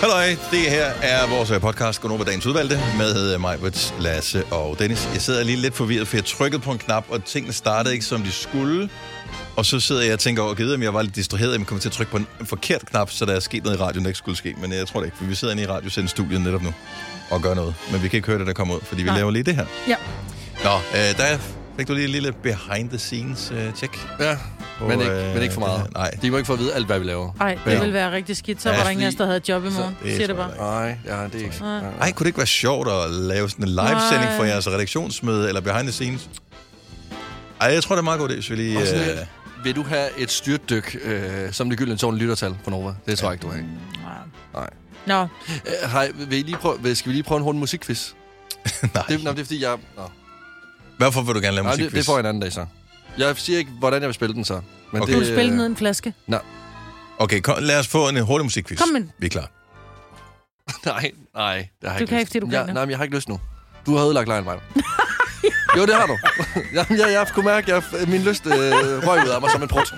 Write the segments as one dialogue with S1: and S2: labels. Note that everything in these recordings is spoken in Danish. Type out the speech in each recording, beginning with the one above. S1: Halløj, det her er vores øh, podcast, Gunova Dagens Udvalgte, med øh, mig, Brits, Lasse og Dennis. Jeg sidder lige lidt forvirret, for jeg trykkede på en knap, og tingene startede ikke, som de skulle. Og så sidder jeg og tænker over, givet om jeg var lidt distraheret, om jeg kom til at trykke på en en forkert knap, så der er sket noget i radioen, der ikke skulle ske. Men øh, jeg tror det ikke, for vi sidder inde i radiosendt studiet netop nu og gør noget. Men vi kan ikke høre det, der kommer ud, fordi vi
S2: Nej.
S1: laver lige det her.
S2: Ja.
S1: Nå, øh, der fik du lige et lille behind the scenes øh, check.
S3: Ja,
S1: på,
S3: men ikke,
S1: øh,
S3: men ikke for
S1: det
S3: meget.
S1: her. Nej,
S3: De må ikke få at vide alt, hvad vi laver.
S2: Ej, det
S1: Ja.
S2: ja. ville være rigtig skidt. Så
S1: Ja,
S2: ja, var der ingen af os,
S3: fordi-
S2: der havde et job i morgen.
S1: det
S2: Det Siger det
S1: tror jeg
S2: bare.
S3: Nej, ja, det er ikke...
S2: Nej.
S1: Ej, kunne det ikke være sjovt at lave sådan en live-sending
S2: Nej.
S1: fra jeres redaktionsmøde eller behind the scenes? Ej, jeg tror, det er meget godt, det, hvis vi lige...
S3: Og sådan
S1: Øh,
S3: lidt. Vil du have et styrtdyk, øh, som det gyldne tårn lyttertal på Nova? Det tror jeg ikke, du har. ikke?
S2: Nej.
S3: Nej.
S2: Nå,
S3: Øh, hej, vil I lige prøve, vil- skal vi lige prøve en hurtig musikquiz?
S1: nej.
S3: Det, nå, det er fordi, jeg... Nå.
S1: Hvorfor vil du gerne lave
S3: Nej, det,
S1: musikquiz?
S3: det får jeg en anden dag så. Jeg siger ikke, hvordan jeg vil spille den så. Men
S1: Okay.
S2: du vil
S3: øh,
S2: spille ned en flaske.
S1: Okay, kom, lad os få en øh, hurtig musikquiz.
S2: Kom med den.
S1: Vi er klar.
S3: Nej, nej. Det har jeg
S2: Du
S3: ikke
S2: kan
S3: lyst.
S2: ikke, fordi du
S3: jeg,
S2: griner.
S3: Nej, men jeg har ikke lyst nu. Du har ødelagt lejen mig. jo, det har du. Jamen, jeg, jeg kunne mærke, at min lyst øh, røg ud af mig som en prut.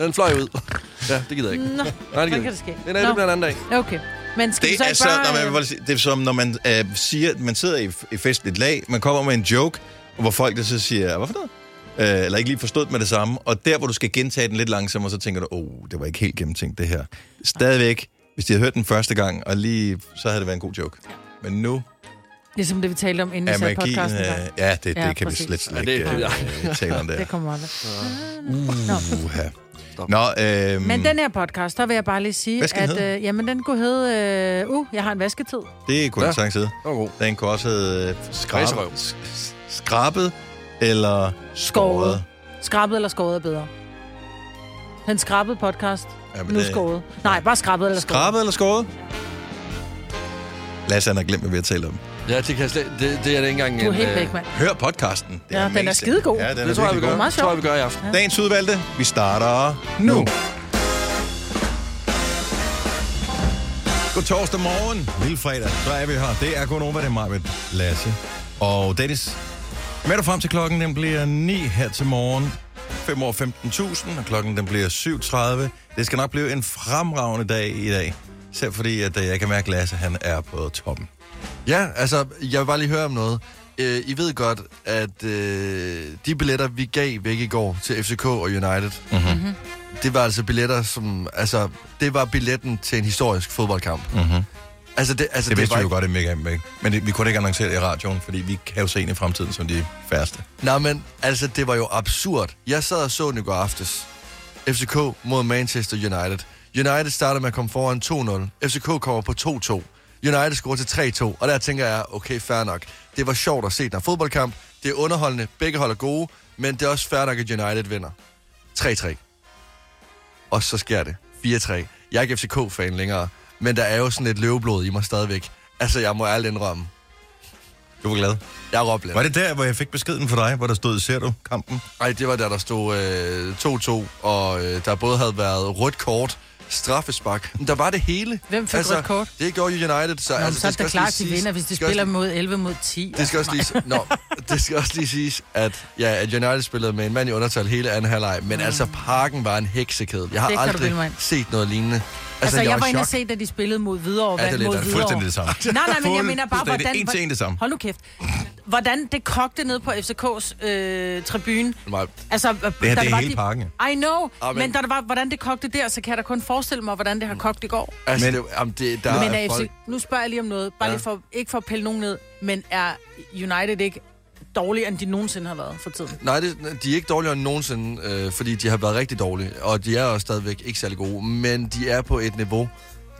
S3: Den fløj ud. Ja, det gider jeg ikke.
S2: Nå,
S3: Nej, det
S2: hvad
S3: gider jeg
S2: kan der
S3: ikke.
S2: ske?
S3: Det, er, det bliver en anden dag.
S2: Nå, okay. Men skal vi
S1: Det
S2: så
S1: er,
S2: ikke
S1: så, når
S2: bare...
S1: man,
S2: øh,
S1: vil sige- det er som, når man øh, siger, at man sidder i, f- i festligt lag, man kommer med en joke, hvor folk der så siger, hvorfor noget? Øh, eller ikke lige forstået med det samme. Og der, hvor du skal gentage den lidt langsommere, så tænker du, åh, oh, det var ikke helt gennemtænkt, det her. Stadigvæk, hvis de havde hørt den første gang, og lige, så havde det været en god joke. Men nu
S2: Ligesom det, vi talte om, inden vi
S1: er
S2: sagde
S1: magien...
S2: podcasten. i gang.
S1: Øh, ja, det, det
S2: Ja,
S1: ja, kan
S2: præcis.
S1: vi slet, slet
S3: Ja, det-
S1: ikke øh, tale om der.
S2: Det kommer aldrig.
S1: Mm. Uha.
S3: Stop.
S1: Nå, øh,
S2: Men den her podcast, der vil jeg bare lige sige,
S1: Hvad skal den
S2: at øh, jamen, den kunne hedde... Øh, uh, jeg har en vasketid.
S1: det kunne
S3: Ja.
S1: ja. sagtens hedde.
S3: Det var god.
S1: Den kunne også hedde øh,
S3: Kræserøv.
S1: skrab, s- s- skrabet eller skåret.
S2: Skåret. Skrabbet eller skåret er bedre. Den skrabbede podcast.
S1: Ja, men
S2: Nu
S1: det-
S2: skåret. Nej, bare skrabbet eller skåret.
S1: Skrabet eller skåret? Lasse, han har glemt, hvad vi har talt om.
S3: Ja, det, kan jeg slet, det, det er det ikke engang...
S2: Du er
S3: en,
S2: helt
S3: øh,
S2: væk, mand.
S1: Hør podcasten. Det
S2: Ja, den er
S1: mest-
S2: skidegod.
S1: Ja, den er
S3: Det tror jeg, vi
S1: virkelig
S3: gør.
S1: god.
S2: Meget
S3: Det tror jeg, vi gør i aften.
S1: Dagens udvalgte, vi starter nu.
S3: Nu.
S1: God torsdag morgen, lille fredag, så er vi her. Det er kun over, det er mig, Lasse og Dennis. Med dig frem til klokken, den bliver 9 her til morgen. 5 over 15.000, og klokken den bliver 7.30. Det skal nok blive en fremragende dag i dag. Selv fordi, at øh, jeg kan mærke, at Lasse han er på toppen.
S3: Ja, altså, jeg vil bare lige høre om noget. Øh, I ved godt, at øh, de billetter, vi gav væk i går til FCK og United,
S1: Mhm.
S3: mm-hmm.
S2: Mhm.
S3: det var altså billetter, som... Altså, det var billetten til en historisk fodboldkamp. Mm-hmm. Altså, det, altså,
S1: Det, det vidste
S3: var
S1: vi jo godt, at Mega ikke? Men det, vi kunne da ikke annoncere det i radioen, fordi vi kan jo se ind i fremtiden som de færreste.
S3: Nej, men altså, det var jo absurd. Jeg sad og så den i går aftes. FCK mod Manchester United. United starter med at komme foran 2-0. FCK kommer på 2-2. United scorer til 3-2, og der tænker jeg, okay, fair nok. Det var sjovt at se den her fodboldkamp. Det er underholdende, begge hold er gode, men det er også fair nok, at United vinder. 3-3. Og så sker det. 4-3. Jeg er ikke FCK-fan længere, men der er jo sådan lidt løveblod i mig stadigvæk. Altså, jeg må ærligt indrømme.
S1: Du var glad.
S3: Jeg er råblet.
S1: Var det der, hvor jeg fik beskeden fra dig, hvor der stod, ser du kampen?
S3: Nej, det var der, der stod øh, 2-2, og øh, der både havde været rødt kort, straffespark. Men der var det hele. Altså,
S2: Hvem fik rødt kort?
S3: Det gjorde United, så...
S2: Nå, altså, så er
S3: det
S2: det da
S3: skal også
S2: klart, at
S3: lige
S2: de
S3: siges-
S2: vinder, hvis de
S3: det skal også
S2: spiller mod 11 mod Altså, 10.
S3: det skal også lige, nå, det skal også lige siges, at, ja, at United spillede med en mand i undertal hele anden halvleg, men mm. altså parken var en heksekedel. Jeg har
S2: Det kan du bilde mig
S3: aldrig
S2: ind.
S3: set noget lignende. Altså,
S2: Altså, jeg,
S3: i
S2: var inde og
S3: chok.
S2: se, da de spillede mod Hvidovre.
S3: Ja, det er
S2: vandt
S3: lidt-
S2: mod
S3: det er
S2: Hvidovre.
S1: fuldstændig det samme.
S2: Nej, nej, men jeg mener bare,
S1: Fuldstændig.
S2: hvordan...
S1: En til en det samme.
S2: Hold nu kæft. Hvordan det kogte ned på FCK's øh, tribune.
S3: Nej.
S2: Altså, det
S1: det er hele pakken.
S2: I know,
S3: Ah, men-
S2: ah, men, men da der var, hvordan det kogte der, så kan jeg da kun forestille mig, hvordan det har kogt i går.
S3: Altså, men,
S1: Men-
S3: det, jamen, det, der
S2: Men er
S3: er
S2: FC,
S3: folk,
S2: nu spørger jeg lige om noget, bare
S3: Ja.
S2: ja. lige for, ikke for at pille nogen ned, men er United ikke dårligere, end de nogensinde har været for tiden?
S3: Nej, det, de er ikke dårligere end nogensinde, øh, fordi de har været rigtig dårlige, og de er også stadigvæk ikke særlig gode, men de er på et niveau,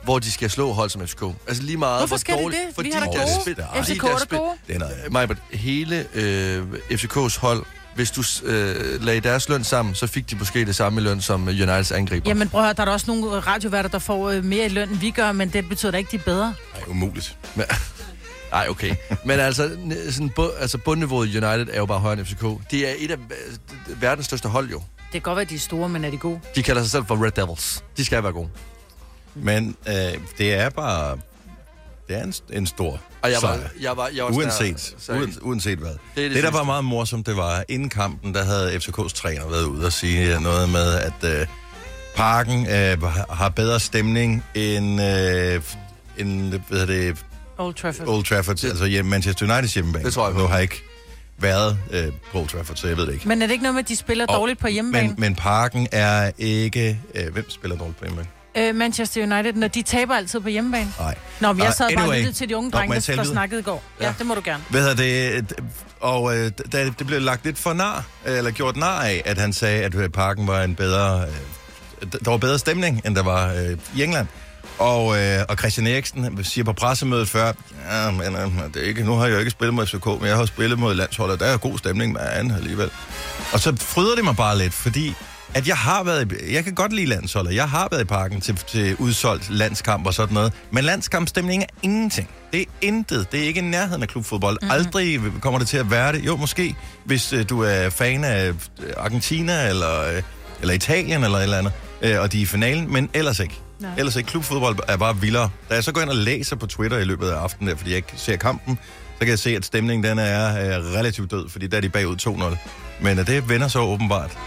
S3: hvor de skal slå hold som FCK. Altså lige meget,
S2: Hvorfor
S3: hvor
S2: skal de
S3: dårligt,
S2: det? Vi har da
S3: deres
S1: gode.
S3: spil-
S1: FCK
S3: fordi
S2: er
S3: deres
S2: da
S3: spil-
S2: gode.
S1: Det er noget.
S3: Majbert, hele øh, FCK's hold, hvis du øh, lagde deres løn sammen, så fik de måske det samme i løn som øh, Uniteds angriber.
S2: Jamen prøv at høre, der er da også nogle radioværter, der får øh, mere i løn, end vi gør, men det betyder da ikke, de er bedre.
S1: Nej, umuligt.
S3: Men- Nej, okay. Men altså, n- sådan, bu- altså bundniveauet i United er jo bare højere end FCK. Det er et af øh, verdens største hold jo.
S2: Det kan godt være, de er store, men er de gode?
S3: De kalder sig selv for Red Devils. De skal være gode.
S1: Men øh, det er bare... Det er en, en stor
S3: Og jeg var,
S1: sejr.
S3: jeg var, jeg var
S1: Uanset,
S3: sådan her-
S1: uden, uanset hvad. Det,
S3: det
S1: det, det der
S3: sidste.
S1: var meget morsomt, det var, inden kampen, der havde FCK's træner været ude og sige noget med, at øh, parken øh, har bedre stemning end øh, en hvad hedder det,
S2: Old Trafford.
S1: Old Trafford, det, altså hjemme, Manchester Uniteds hjemmebane.
S3: Det tror jeg på.
S1: Nu har jeg ikke været øh, på Old Trafford, så jeg ved det ikke.
S2: Men er det ikke noget med, at de spiller
S1: Og-
S2: dårligt på hjemmebane?
S1: Men, men parken er ikke... Øh, hvem spiller dårligt på hjemmebane?
S2: Men... Øh, Manchester United, når de taber altid på hjemmebane.
S1: Nej.
S2: Nå, men jeg
S1: Ah,
S2: sad bare
S1: anyway.
S2: og lyttede til de unge
S1: Nå, må
S2: drenge,
S1: jeg
S2: der,
S1: tale
S2: der
S1: videre?
S2: snakkede i går. Ja. ja, det må du gerne.
S1: Hvad hedder det? Og øh, da det blev lagt lidt for nar, eller gjort nar af, at han sagde, at øh, parken var en bedre... Øh, der var bedre stemning, end der var øh, i England. Og, øh, og Christian Eriksen han siger på pressemødet før, ja, men øh, det er ikke, nu har jeg jo ikke spillet mod FCK, men jeg har spillet mod landsholdet, der er god stemning med anden alligevel. Og så fryder det mig bare lidt, fordi at jeg har været i, jeg kan godt lide landsholdet, jeg har været i parken til, til udsolgt landskamp og sådan noget, men landskampstemning er ingenting. Det er intet. Det er ikke i nærheden af klubfodbold. Mm-hmm. Aldrig kommer det til at være det. Jo, måske, hvis øh, du er fan af øh, Argentina eller, øh, eller Italien eller et eller andet, øh, og de er i finalen, men ellers ikke. Nej.
S2: Nej.
S1: Ellers ikke. Klubfodbold er bare vildere. Da jeg så går ind og læser på Twitter i løbet af aftenen, der, fordi jeg ikke ser kampen, så kan jeg se, at stemningen den er øh, relativt død, fordi der er de bagud 2-0. Men øh, det vender så åbenbart.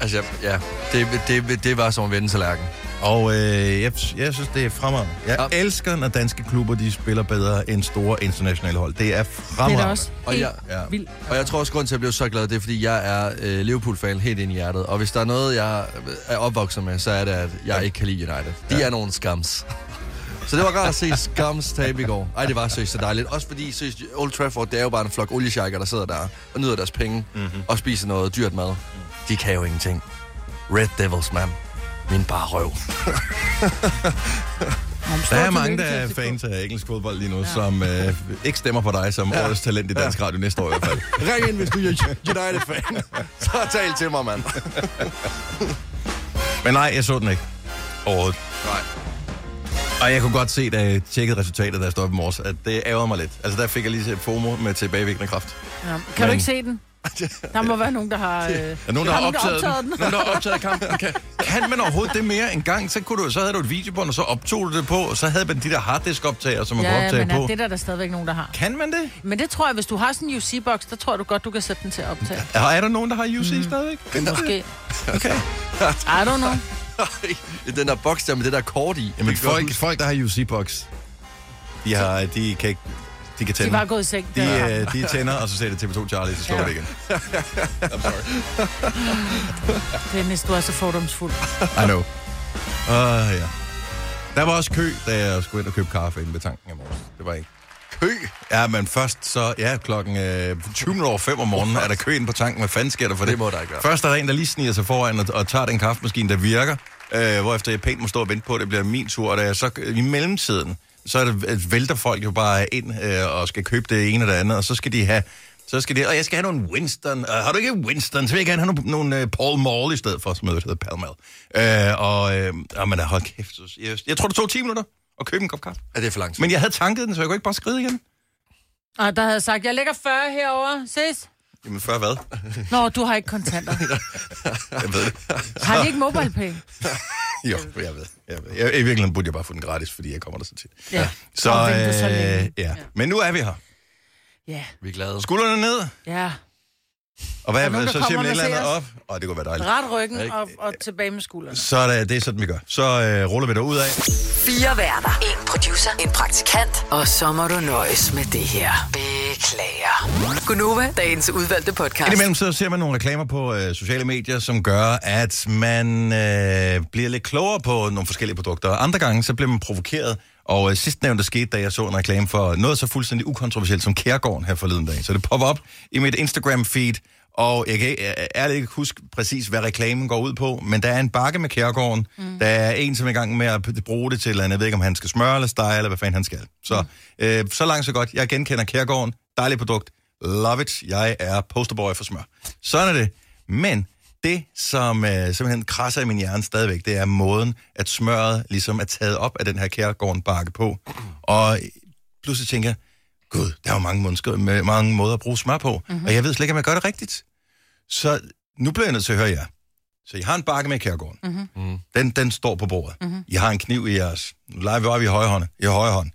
S3: Altså, jeg- ja, det, det, det var som at vende tallerken.
S1: Og øh, jeg, jeg synes, det er fremragende. Jeg ja.
S3: Ja.
S1: elsker, når danske klubber de spiller bedre end store internationale hold. Det er
S2: Det er
S1: fremragende.
S2: da også
S3: Og
S2: helt
S3: jeg-
S1: Ja.
S2: vildt.
S3: Og jeg tror også, grund til, at jeg blev så glad, det er, fordi jeg er øh, Liverpool-fan helt ind i hjertet. Og hvis der er noget, jeg øh, er opvokset med, så er det, at jeg ikke kan lide United. De
S1: Ja.
S3: er nogle skams. Så det var rart at se Skams tabe i går. Ej, det var seriøst så dejligt. Også fordi seriøst, Old Trafford, det er jo bare en flok oliesjækker, der sidder der og nyder deres penge mm-hmm. og spiser noget dyrt mad. De kan jo ingenting. Red Devils, man. Min bare røv.
S2: Nå, men
S1: Der er
S2: stort
S1: mange, der
S2: tillykke
S1: er
S2: til FCK.
S1: fans af engelsk fodbold lige nu, ja. som øh, ikke stemmer på dig som ja. årets talent i Dansk Radio næste år i hvert fald.
S3: Ring ind, hvis du er United-fan. Så tal til mig, mand.
S1: Men nej, jeg så den ikke. Overhovedet.
S3: Nej.
S1: Og jeg kunne godt se, da jeg tjekkede resultatet, da jeg stod op i morges, at det ærgerede mig lidt. Altså, der fik jeg lige FOMO med tilbagevirkende kraft.
S2: Ja. Kan du
S1: Men-
S2: ikke se den? Der må være nogen, der har... Øh...
S1: Er nogen, der har optaget, den?
S2: den?
S1: Nogen, der har optaget kampen. Kan, kan man overhovedet det mere en gang? Så, kunne du, så havde du et videobånd, og så optog du det på, og så havde man de der harddisk-optager, som man kunne
S2: Ja,
S1: optage
S2: men
S1: på.
S2: er, det er der, der stadigvæk nogen, der har.
S1: Kan man det?
S2: Men det tror jeg, hvis du har sådan en UC-boks, der tror du godt, du kan sætte den til at optage.
S1: Er, er der nogen, der har UC mm. stadigvæk?
S2: Måske.
S1: Okay.
S2: I don't know.
S3: I den der boks der med det der kort i.
S1: Jamen,
S3: Det kan jeg
S1: folk,
S3: huske.
S1: folk der har UC-box, de, har, de kan ikke... De kan
S2: De
S1: tænde.
S2: var gået i seng.
S1: de,
S2: det var ham.
S1: øh, de tænder, og så ser det TV2 Charlie, så slår ja.
S2: Ja.
S1: det igen. I'm sorry.
S2: Dennis, du er så fordomsfuld.
S1: I know. Uh, ja. Der var også kø, da jeg skulle ind og købe kaffe inde ved tanken i morges. Det var ikke...
S3: Kø.
S1: Ja, men først så, ja, klokken øh, 20 over 5 om morgenen er der kø ind på tanken. Hvad fanden sker der for det?
S3: Det må der ikke være.
S1: Først er der en, der lige sniger sig foran og, og tager den kaffemaskine, der virker. Øh, hvorefter jeg pænt må stå og vente på, at det bliver min tur. Og da jeg så i mellemtiden, så er det, at vælter folk jo bare ind øh, og skal købe det ene og det andet. Og så skal de have... Så skal det, og jeg skal have nogle Winston. Uh, har du ikke Winston, så vil jeg gerne have nogle, nogle uh, Paul Mall i stedet for, som hedder det hedder Pall Mall. Uh, og øh, oh, men, hold kæft, så- jeg, jeg tror, det tog 10 minutter at købe en kop kaffe.
S3: Er det for langt?
S1: Men jeg havde tanket den, så jeg kunne ikke bare skride igen.
S2: Og der havde jeg sagt, jeg lægger 40 herover. Ses.
S1: Jamen før hvad?
S2: Nå, du har ikke kontanter.
S1: Jeg ved det.
S2: Har de ikke MobilePay?
S1: Jo, jeg ved. Jeg ved. Jeg, I virkeligheden burde jeg bare få den gratis, fordi jeg kommer der så tit.
S2: Ja.
S1: Så,
S2: Og vente så længe.
S1: øh, ja. Men nu er vi her.
S2: Ja.
S3: Vi er glade.
S1: Skuldrene ned,
S2: Ja.
S1: og hvad
S2: Er der nogen,
S1: er
S2: der
S1: så
S2: kommer
S1: simpelthen et eller
S2: og
S1: andet
S2: ser
S1: op. Og det kunne være dejligt.
S2: Ret ryggen og, og tilbage med skuldrene.
S1: Så er det, det er sådan, vi gør. Så øh, ruller vi derud af.
S4: Fire værter. En producer. En praktikant. Og så må du nøjes med det her. Beklager. Gunova, dagens udvalgte podcast.
S1: Indimellem så ser man nogle reklamer på øh, sociale medier, som gør, at man øh, bliver lidt klogere på nogle forskellige produkter. Og Andre gange, så bliver man provokeret. Og øh, sidst nævnt, der skete, da jeg så en reklame for noget så fuldstændig ukontroversielt som Kærgården her forleden dag. Så det popper op i mit Instagram-feed, og jeg kan øh, ærligt ikke huske præcis, hvad reklamen går ud på, men der er en bakke med Kærgården. Mm. Der er en, som er i gang med at p- bruge det til, eller andet. jeg ved ikke, om han skal smøre eller stege, eller hvad fanden han skal. Så, øh, så langt, så godt. Jeg genkender Kærgården. Dejligt produkt. Love it. Jeg er posterboy for smør. Sådan er det. Men det, som øh, simpelthen krasser i min hjerne stadigvæk, det er måden, at smøret ligesom er taget op af den her kærgården bakke på. Og pludselig tænker jeg, gud, der er jo mange, månsker, med mange måder at bruge smør på, mm-hmm. og jeg ved slet ikke, om jeg gør det rigtigt. Så nu bliver jeg nødt til at høre jer. Så I har en bakke med i kærgården. Mm-hmm. Den, den står på bordet.
S2: Mhm.
S1: Mm-hmm. I har en kniv i jeres... Nu leger vi op i højre hånd. I højre hånd.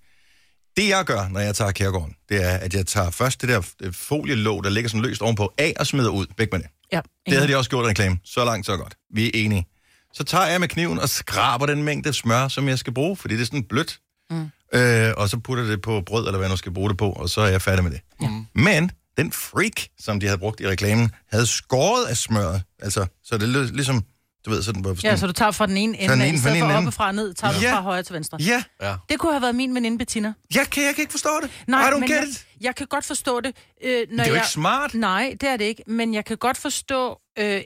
S1: Det jeg gør, når jeg tager kærgården, det er, at jeg tager først det der øh, folielåg, der ligger sådan løst ovenpå, af og smider ud. Væk med det.
S2: Ja.
S1: Det havde de også gjort i reklamen. Så langt, så godt. Vi er enige. Så tager jeg med kniven og skraber den mængde smør, som jeg skal bruge, fordi det er sådan blødt. Mm. øh, og så putter det på brød, eller hvad jeg nu skal bruge det på, og så er jeg færdig med det. Ja. Men den freak, som de havde brugt i reklamen, havde skåret af smøret. Altså, så det lød ligesom, du ved, så den var sådan...
S2: Ja, så du tager fra den ene
S1: den
S2: ende, den
S1: ene
S2: ene, i
S1: fra den
S2: stedet for
S1: ene ende.
S2: oppefra og ned, tager du
S1: Ja.
S2: fra højre til venstre.
S1: ja.
S3: Ja.
S2: Det kunne have været min veninde Bettina.
S1: Jeg, kan, jeg kan ikke forstå det. I
S2: Nej,
S1: don't
S2: men
S1: get
S2: jeg,
S1: it.
S2: jeg kan godt forstå det. Øh, når
S1: Det er jo
S2: jeg,
S1: ikke smart.
S2: Nej, det er det ikke, men jeg kan godt forstå... Øh,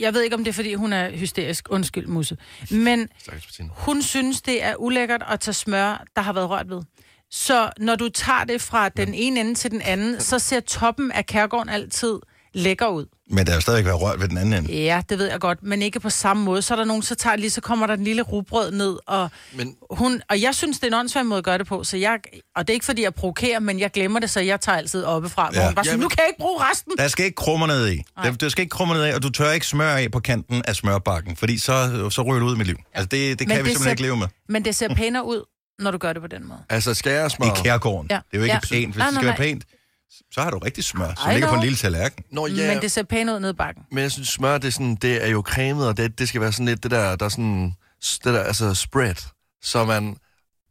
S2: jeg ved ikke, om det er, fordi hun er hysterisk. Undskyld, Musse. Men
S3: Stakkels Bettina.
S2: hun synes, det er ulækkert at tage smør, der har været rørt ved. Så når du tager det fra den ene ende til den anden, så ser toppen af kærgården altid lækker ud.
S1: Men der er jo stadigvæk været rørt ved den anden ende.
S2: Ja, det ved jeg godt, men ikke på samme måde. Så er der nogen, så tager lige, så kommer der en lille rugbrød ned, og,
S3: Men-
S2: men... hun, og jeg synes, det er en åndssvær måde at gøre det på, så jeg, og det er ikke, fordi jeg provokerer, men jeg glemmer det, så jeg tager altid oppefra, ja.
S1: Ja.
S2: hvor hun bare sådan,
S3: Jamen-
S2: nu kan jeg ikke bruge resten.
S1: Der skal ikke krummer ned i. Der, der skal ikke krummer ned i, og du tør ikke smøre af på kanten af smørbakken, fordi så, så ryger du ud i mit liv. Altså, det, det kan vi
S2: det
S1: simpelthen
S2: ser-
S1: ikke leve med.
S2: Men det ser pænere ud, når du gør det på den måde.
S3: Altså, skal jeg smøre?
S1: I kærgården. Ja.
S2: Ja.
S1: Det er jo ikke ja.
S2: Ja.
S1: pænt. Hvis
S2: Nej,
S1: det skal
S2: nej,
S1: være pænt, så har du rigtig smør, som
S2: I
S1: ligger på en
S2: know.
S1: lille tallerken.
S3: Nå, ja,
S2: Yeah. Men det ser pænere ud nede i bakken.
S3: men jeg synes, smør, det er, sådan, det er jo cremet, og det, det skal være sådan lidt det der, der er sådan, det der, altså spread. Så man,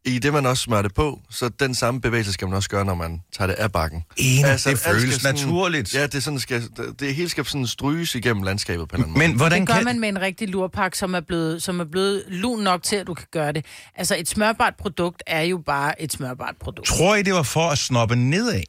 S3: i det man også smører det på, så den samme bevægelse skal man også gøre, når man tager det af bakken. Altså,
S1: Enig, det
S3: alt
S1: føles
S3: skal sådan,
S1: naturligt.
S3: Ja, det, er sådan, skal, det, det hele skal sådan stryges igennem landskabet på en eller anden
S1: Men hvordan
S2: Det gør
S1: kan...
S2: man med en rigtig lurpak, som er, blevet, som er blevet lun nok til, at du kan gøre det. Altså, et smørbart produkt er jo bare et smørbart produkt.
S1: Tror I, det var for at snoppe nedad?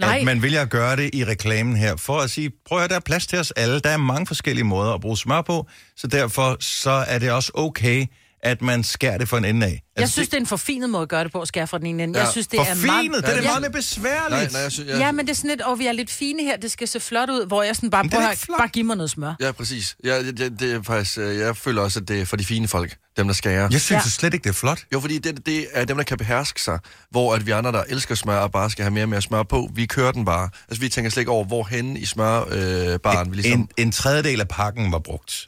S2: Nej.
S1: At man vælger at gøre det i reklamen her, for at sige, prøv at høre, der er plads til os alle. Der er mange forskellige måder at bruge smør på, så derfor så er det også okay, at man skærer det for en ende af. Altså,
S2: Jeg synes, det er en forfinet måde at gøre det på, at skære fra den ene ende.
S3: Ja,
S2: Jeg synes, det er
S1: forfinet,
S2: meget...
S1: det er da
S2: Ja.
S1: meget mere besværligt.
S3: Nej, nej, jeg synes, jeg,
S2: Ja, men det er sådan lidt, og vi er lidt fine her, det skal se flot ud, hvor jeg sådan bare
S1: det er
S2: prøver,
S1: ikke flot.
S2: bare giv mig noget smør.
S3: ja, præcis. Jeg, jeg, jeg, det er faktisk, øh, jeg føler også, at det er for de fine folk, dem der skærer.
S1: Jeg synes
S2: Ja.
S1: ja. slet ikke, det er flot.
S3: Jo, fordi det, det er dem, der kan beherske sig, hvor at vi andre, der elsker smør og bare skal have mere og mere smør på, vi kører den bare. Altså, vi tænker slet ikke over, hvor hen i smørbaren øh, baren vi ligesom...
S1: En, en tredjedel af pakken var brugt.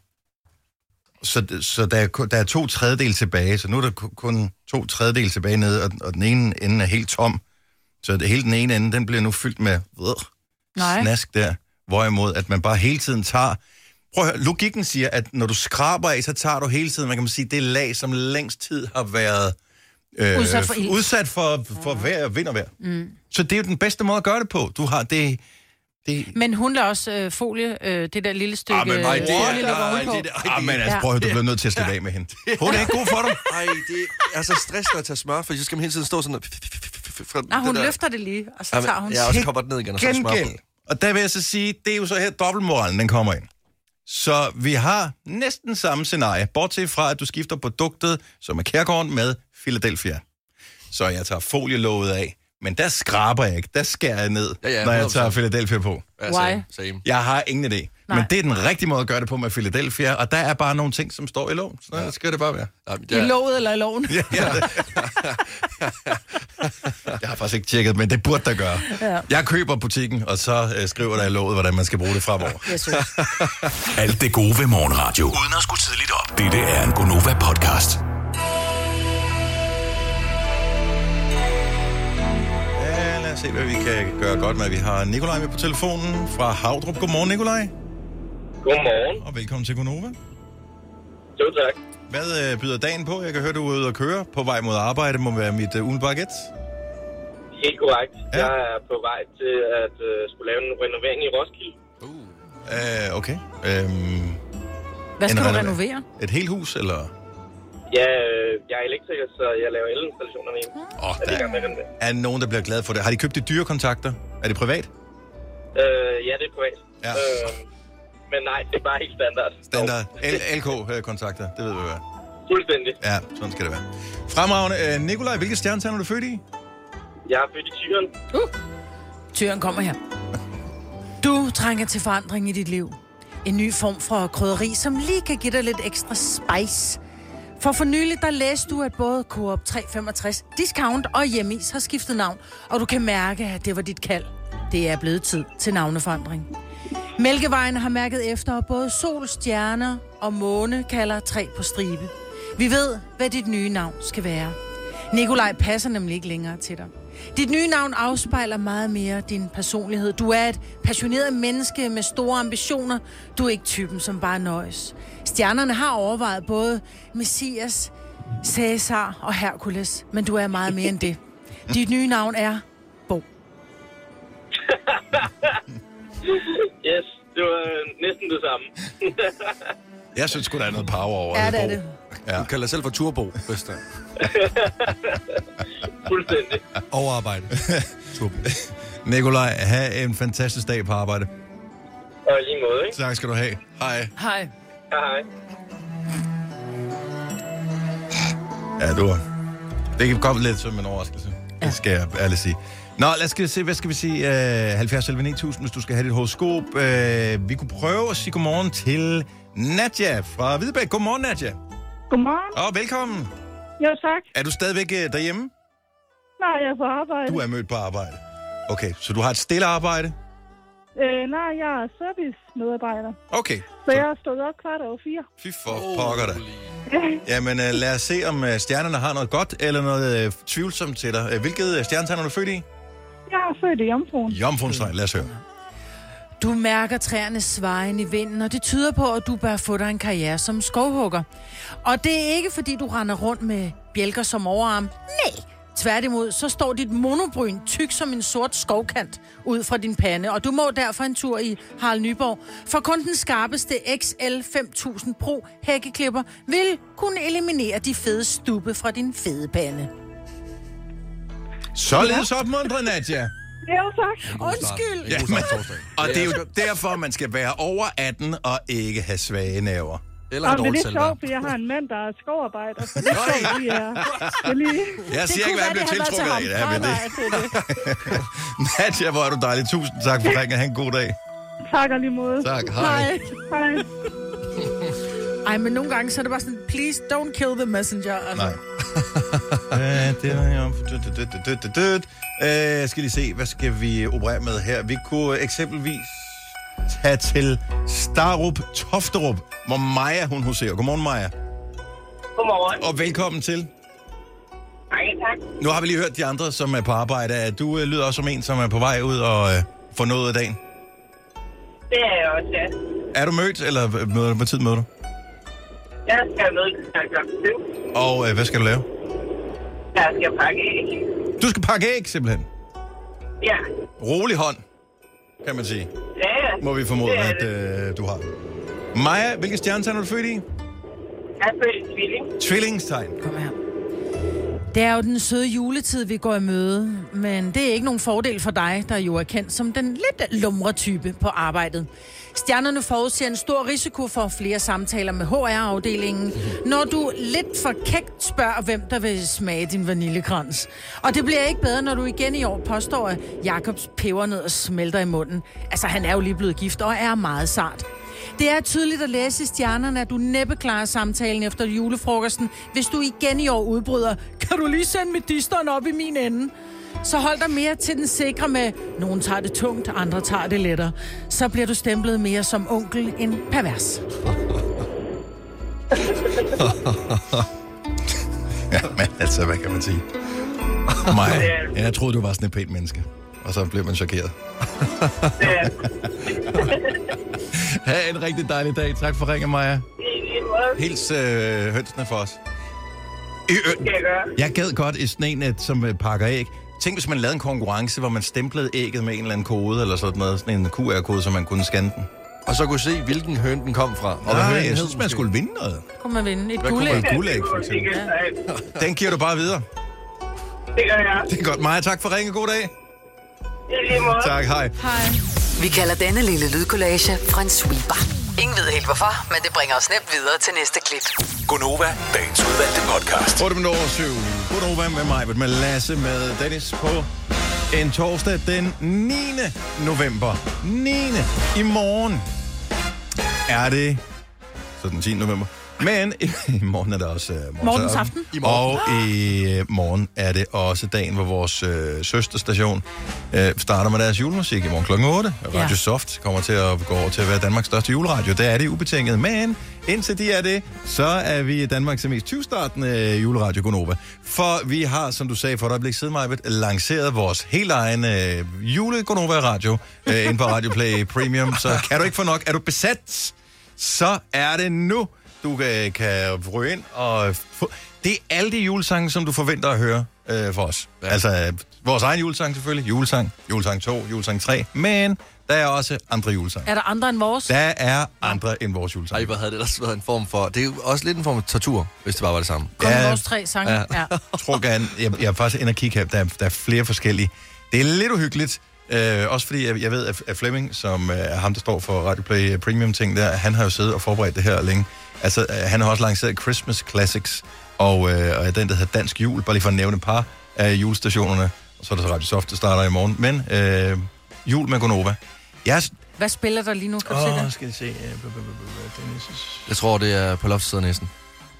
S1: Så, så der, er, kun- der er to tredjedel tilbage, så nu er der ku- kun to tredjedel tilbage nede, og, og den ene ende er helt tom. Så det, hele den ene ende, den bliver nu fyldt med øh,
S2: Nej.
S1: snask der. Hvorimod, at man bare hele tiden tager... Prøv at høre, logikken siger, at når du skraber af, så tager du hele tiden, man kan sige, det lag, som længst tid har været øh,
S2: Udsat for ild.
S1: udsat for, for vejr, vind og vejr. Mm. Så det er jo den bedste måde at gøre det på. Du har det... det
S2: Men hun lader også øh, folie, øh, det der lille stykke...
S1: Ah, men nej, det er-
S2: øh, lille
S1: nej,
S2: ovenpå.
S3: det er det-
S1: Ah, men altså,
S2: Ja.
S1: prøv at høre, du bliver nødt til at slippe af med hende. Hun er ikke god for dig.
S3: Ej, det er så stressende at tage smør, for så skal man hele tiden stå sådan... og- Fra
S2: Nej, Ah, hun
S3: det der-
S2: løfter det lige, og så
S3: Jamen,
S2: tager hun...
S3: Ja, og så kommer den ned igen, og så er der smør på.
S1: Gengæld. Og der vil jeg så sige, det er jo så her dobbeltmoralen, den kommer ind. Så vi har næsten samme scenarie, bortset fra, at du skifter produktet, som er kærgården, med Philadelphia. Så jeg tager folielåget af, men der skraber jeg ikke, der skærer jeg ned,
S3: Ja, ja,
S1: når jeg
S3: 100%.
S1: tager Philadelphia på.
S3: Ja,
S2: Why?
S3: same, same.
S1: Jeg har ingen idé. Nej.
S2: Nej.
S1: Men det er den rigtige måde at gøre det på med Philadelphia, og der er bare nogle ting, som står i loven. Så ja. skal det bare være.
S3: Ja, men
S2: I
S3: det er-
S2: låget eller i loven? Ja.
S1: Jeg har faktisk ikke tjekket, men det burde der gøre. Ja. Jeg køber butikken, og så øh, skriver der i låget, hvordan man skal bruge det fremover.
S2: Yes, sir.
S5: Alt det gode ved morgenradio. Uden at skulle tidligt op. Dette er en Gonova-podcast.
S1: Ja, lad os se, hvad vi kan gøre godt med. Vi har Nikolaj med på telefonen fra Havdrup. Godmorgen, Nikolaj,
S6: Godmorgen.
S1: og velkommen til Gonova.
S6: Jo, tak.
S1: Hvad øh, byder dagen på? Jeg kan høre, du er ude og køre på vej mod arbejde. må være mit øh, ugenbaget.
S6: Helt korrekt.
S1: Ja.
S6: Ja. Jeg er på vej til at øh, skulle lave en renovering i Roskilde.
S1: Øh, okay. Øhm,
S2: Hvad skal
S1: en
S2: du
S1: renov-
S2: renovere?
S1: Et helt hus, eller?
S6: Ja, øh, jeg er elektriker, så jeg laver elinstallationerne hjemme.
S1: Åh, oh,
S6: Er det i
S1: der
S6: gang med den?
S1: er nogen, der bliver glad for det. Har de købt de dyre kontakter? Er det privat?
S6: Øh, ja, det er privat.
S1: Ja.
S6: Øh, men nej, det er bare helt standard.
S1: Standard L- LK-kontakter, det ved vi hvad. er.
S6: Jo, fuldstændig.
S1: Ja, sådan skal det være. Fremragende. Øh, Nikolaj, hvilke stjernetegn er du født i?
S6: Jeg er født i Tyren.
S2: Uh. Tyren kommer her. Du trænger til forandring i dit liv. En ny form for krydderi, som lige kan give dig lidt ekstra spice. For for nylig, der læste du, at både Coop 365, Discount og Hjemmeis har skiftet navn, og du kan mærke, at det var dit kald. Det er blevet tid til navneforandring. Mælkevejen har mærket efter, og både sol, stjerner og måne kalder træ på stribe. Vi ved, hvad dit nye navn skal være. Nikolaj passer nemlig ikke længere til dig. Dit nye navn afspejler meget mere din personlighed. Du er et passioneret menneske med store ambitioner. Du er ikke typen, som bare nøjes. Stjernerne har overvejet både Messias, Cæsar og Herkules, men du er meget mere end det. Dit nye navn er Bo.
S6: Yes, det var øh, næsten det samme.
S1: Jeg synes sgu, der er noget power over
S2: Ja, det er
S1: Bo.
S2: det.
S1: Ja.
S3: Du kalder dig selv for Turbo, hvis der
S6: Fuldstændig.
S3: Overarbejde. Turbo.
S1: Nikolaj, have en fantastisk dag på arbejde.
S6: Og i lige måde, ikke?
S1: Tak skal du have. Hej.
S2: Hej.
S6: Hej, hej.
S1: Ja, du Det kan komme lidt som en overraskelse. Ja. Det skal jeg ærligt sige. Nå, lad os skal se, hvad skal vi sige? Øh, 70 11 9000, hvis du skal have dit horoskop. Øh, vi kunne prøve at sige godmorgen til Nadja fra Hvidebæk. Godmorgen, Nadja.
S7: Godmorgen.
S1: Og velkommen.
S7: Jo, tak.
S1: Er du stadigvæk øh, derhjemme?
S7: Nej, jeg er på arbejde.
S1: Du er mødt på arbejde. Okay, så du har et stille arbejde?
S7: Øh, nej, jeg er service-medarbejder.
S1: Okay.
S7: Så jeg er stået op kvart over fire.
S1: Fy for pokker dig. Jamen, øh, lad os se, om øh, stjernerne har noget godt eller noget øh, tvivlsomt til dig. Øh, Hvilket øh, stjernetegn er du født i?
S7: Jeg er født i Jomfruen.
S1: Jomfrunstein, lad os høre.
S2: Du mærker træernes svejen i vinden, og det tyder på, at du bør få dig en karriere som skovhugger. Og det er ikke, fordi du render rundt med bjælker som overarm. Nej! Tværtimod, så står dit monobryn tyk som en sort skovkant ud fra din pande, og du må derfor en tur i Harald Nyborg, for kun den skarpeste XL 5000 Pro hækkeklipper vil kunne eliminere de fede stube fra din fede pande.
S1: Således opmuntret, Nadja.
S7: Jo, tak.
S2: Undskyld!
S1: Ja, men, og det er jo derfor, man skal være over 18 og ikke have svage næver.
S3: Eller
S7: Om
S3: en
S7: det er
S3: dårlig
S7: lidt sjovt,
S3: selvværd.
S7: for jeg har en mand, der er skovarbejder. Så det er sjovt, vi er... Jeg lige...
S1: Jeg siger ikke, hvad jeg bliver tiltrukket af. Ja, men det. Nadja, hvor er du dejlig. Tusind tak for ringen. Ha' en god dag.
S7: Tak og lige måde.
S1: Tak. Hej.
S7: Hej.
S2: Ej, men nogle gange så er det bare sådan, please don't kill the messenger. Altså,
S1: Nej. Øh, det er jo- dut, dut, dut, dut, dut, dut. Øh, Jeg skal lige se, hvad skal vi operere med her? Vi kunne eksempelvis tage til Starup Tofterup, hvor Maja hun huserer. Godmorgen, Maja.
S6: Godmorgen.
S1: Og velkommen til.
S6: Mange tak.
S1: Nu har vi lige hørt de andre, som er på arbejde. Er Du øh, lyder også som en, som er på vej ud og øh, får noget af dagen.
S6: Det er jeg også, ja.
S1: Er du mødt, eller h- møder, hvor tid møder du?
S6: Jeg skal med klokken syv.
S1: Og øh, hvad skal du lave?
S6: Jeg skal pakke æg.
S1: Du skal pakke æg, simpelthen.
S6: Ja.
S1: Rolig hånd, kan man sige.
S6: Ja, ja.
S1: Må vi formode,
S6: Det er
S1: at
S6: det.
S1: øh, du har. Maja, hvilke stjernetegn er du født i?
S6: Jeg er født i tvilling.
S1: Tvillingstegn.
S2: kom her. Det er jo den søde juletid, vi går i møde, men det er ikke nogen fordel for dig, der jo er kendt som den lidt lumre type på arbejdet. Stjernerne forudser en stor risiko for flere samtaler med HR-afdelingen, når du lidt for kægt spørger, hvem der vil smage din vaniljekrans. Og det bliver ikke bedre, når du igen i år påstår, at Jakobs peber ned og smelter i munden. Altså, han er jo lige blevet gift og er meget sart. Det er tydeligt at læse i stjernerne, at du næppe klarer samtalen efter julefrokosten, hvis du igen i år udbryder, kan du lige sende medisteren op i min ende? Så hold dig mere til den sikre med, nogen tager det tungt, andre tager det lettere. Så bliver du stemplet mere som onkel end pervers.
S1: Ja, men altså, hvad kan man sige? Maja, ja, jeg troede, du var sådan et pænt menneske. Og så blev man chokeret.
S6: Det er
S1: Ha' en rigtig dejlig dag. Tak for ringen, Maja.
S6: i lige måde.
S1: Hils øh, hønsene for os. I, øh,
S6: Skal jeg gøre.
S1: jeg gad godt i sådan en, at, som øh, pakker æg. Tænk, hvis man lavede en konkurrence, hvor man stemplede ægget med en eller anden kode, eller sådan noget, sådan en QR-kode, så man kunne scanne den.
S3: Og så kunne se, hvilken høn den kom fra. Og hvad
S1: Nej,
S3: hønen
S1: jeg
S3: hed
S1: synes, man
S3: måske.
S1: skulle vinde noget.
S2: Kunne man vinde et
S3: kunne
S2: guldæg?
S1: Et guldæg, for eksempel.
S6: Det gør jeg.
S1: Den giver du bare videre.
S6: Det gør jeg.
S1: Det er godt. Maja, tak for ringen. God dag.
S6: I lige måde.
S1: Tak, hej.
S4: Vi kalder denne lille lydkollage en sweeper. Ingen ved helt hvorfor, men det bringer os nemt videre til næste klip.
S5: Gonova, dagens udvalgte podcast.
S1: 8 minutter over 7. Godnova med mig, med Lasse, med Dennis på en torsdag den 9. november. 9. i morgen er det... Så den 10. november. Men i, i morgen er der også uh,
S2: Morgens aften.
S1: I morgen. Og i øh, morgen er det også dagen, hvor vores øh, søsterstation øh, starter med deres julemusik i morgen kl. 8. Radio
S2: Ja.
S1: Soft kommer til at gå over til at være Danmarks største juleradio. Det er det ubetinget, men indtil de er det, så er vi Danmarks mest 20-startende øh, juleradio Gonova. For vi har, som du sagde for et øjeblik siden, Majbet, lanceret vores helt egen øh, jule Gonova radio øh, inde på Radio Play Premium. Så kan du ikke få nok? Er du besat? Så er det nu. Du kan, kan ryge ind og få... Det er alle de julesange, som du forventer at høre øh, for os. Ja. Altså, øh, vores egen julesang selvfølgelig, julesang, julesang 2, julesang 3, men der er også andre julesange.
S2: Er der andre end vores?
S1: Der er andre end vores julesang.
S3: Ej, hvor havde det ellers været en form for... Det er jo også lidt en form for tortur, hvis det bare var det samme.
S2: Kun
S1: Ja.
S2: ja. vores tre sange.
S3: Ja.
S2: Ja. ja.
S1: tror gerne, jeg, jeg er faktisk inde og kigge her, der, er- der er flere forskellige. Det er lidt uhyggeligt, øh, også fordi jeg, jeg ved, at, at Flemming, som øh, er ham, der står for Radio Play Premium-ting der, han har jo siddet og forberedt det her længe. Altså, øh, han har også lanceret Christmas Classics, og, øh, og den, der hedder Dansk Jul, bare lige for at nævne et par af julestationerne. Og så er der så Radio Soft, der starter i morgen. Men øh, jul med Gonova. Jeg er... s-
S2: Hvad spiller der lige nu? Kan du se
S1: Åh,
S2: det?
S1: skal jeg se. øh, blah, blah, blah, blah, Dennis'
S3: Jeg tror, det er på loftsiden af næsten.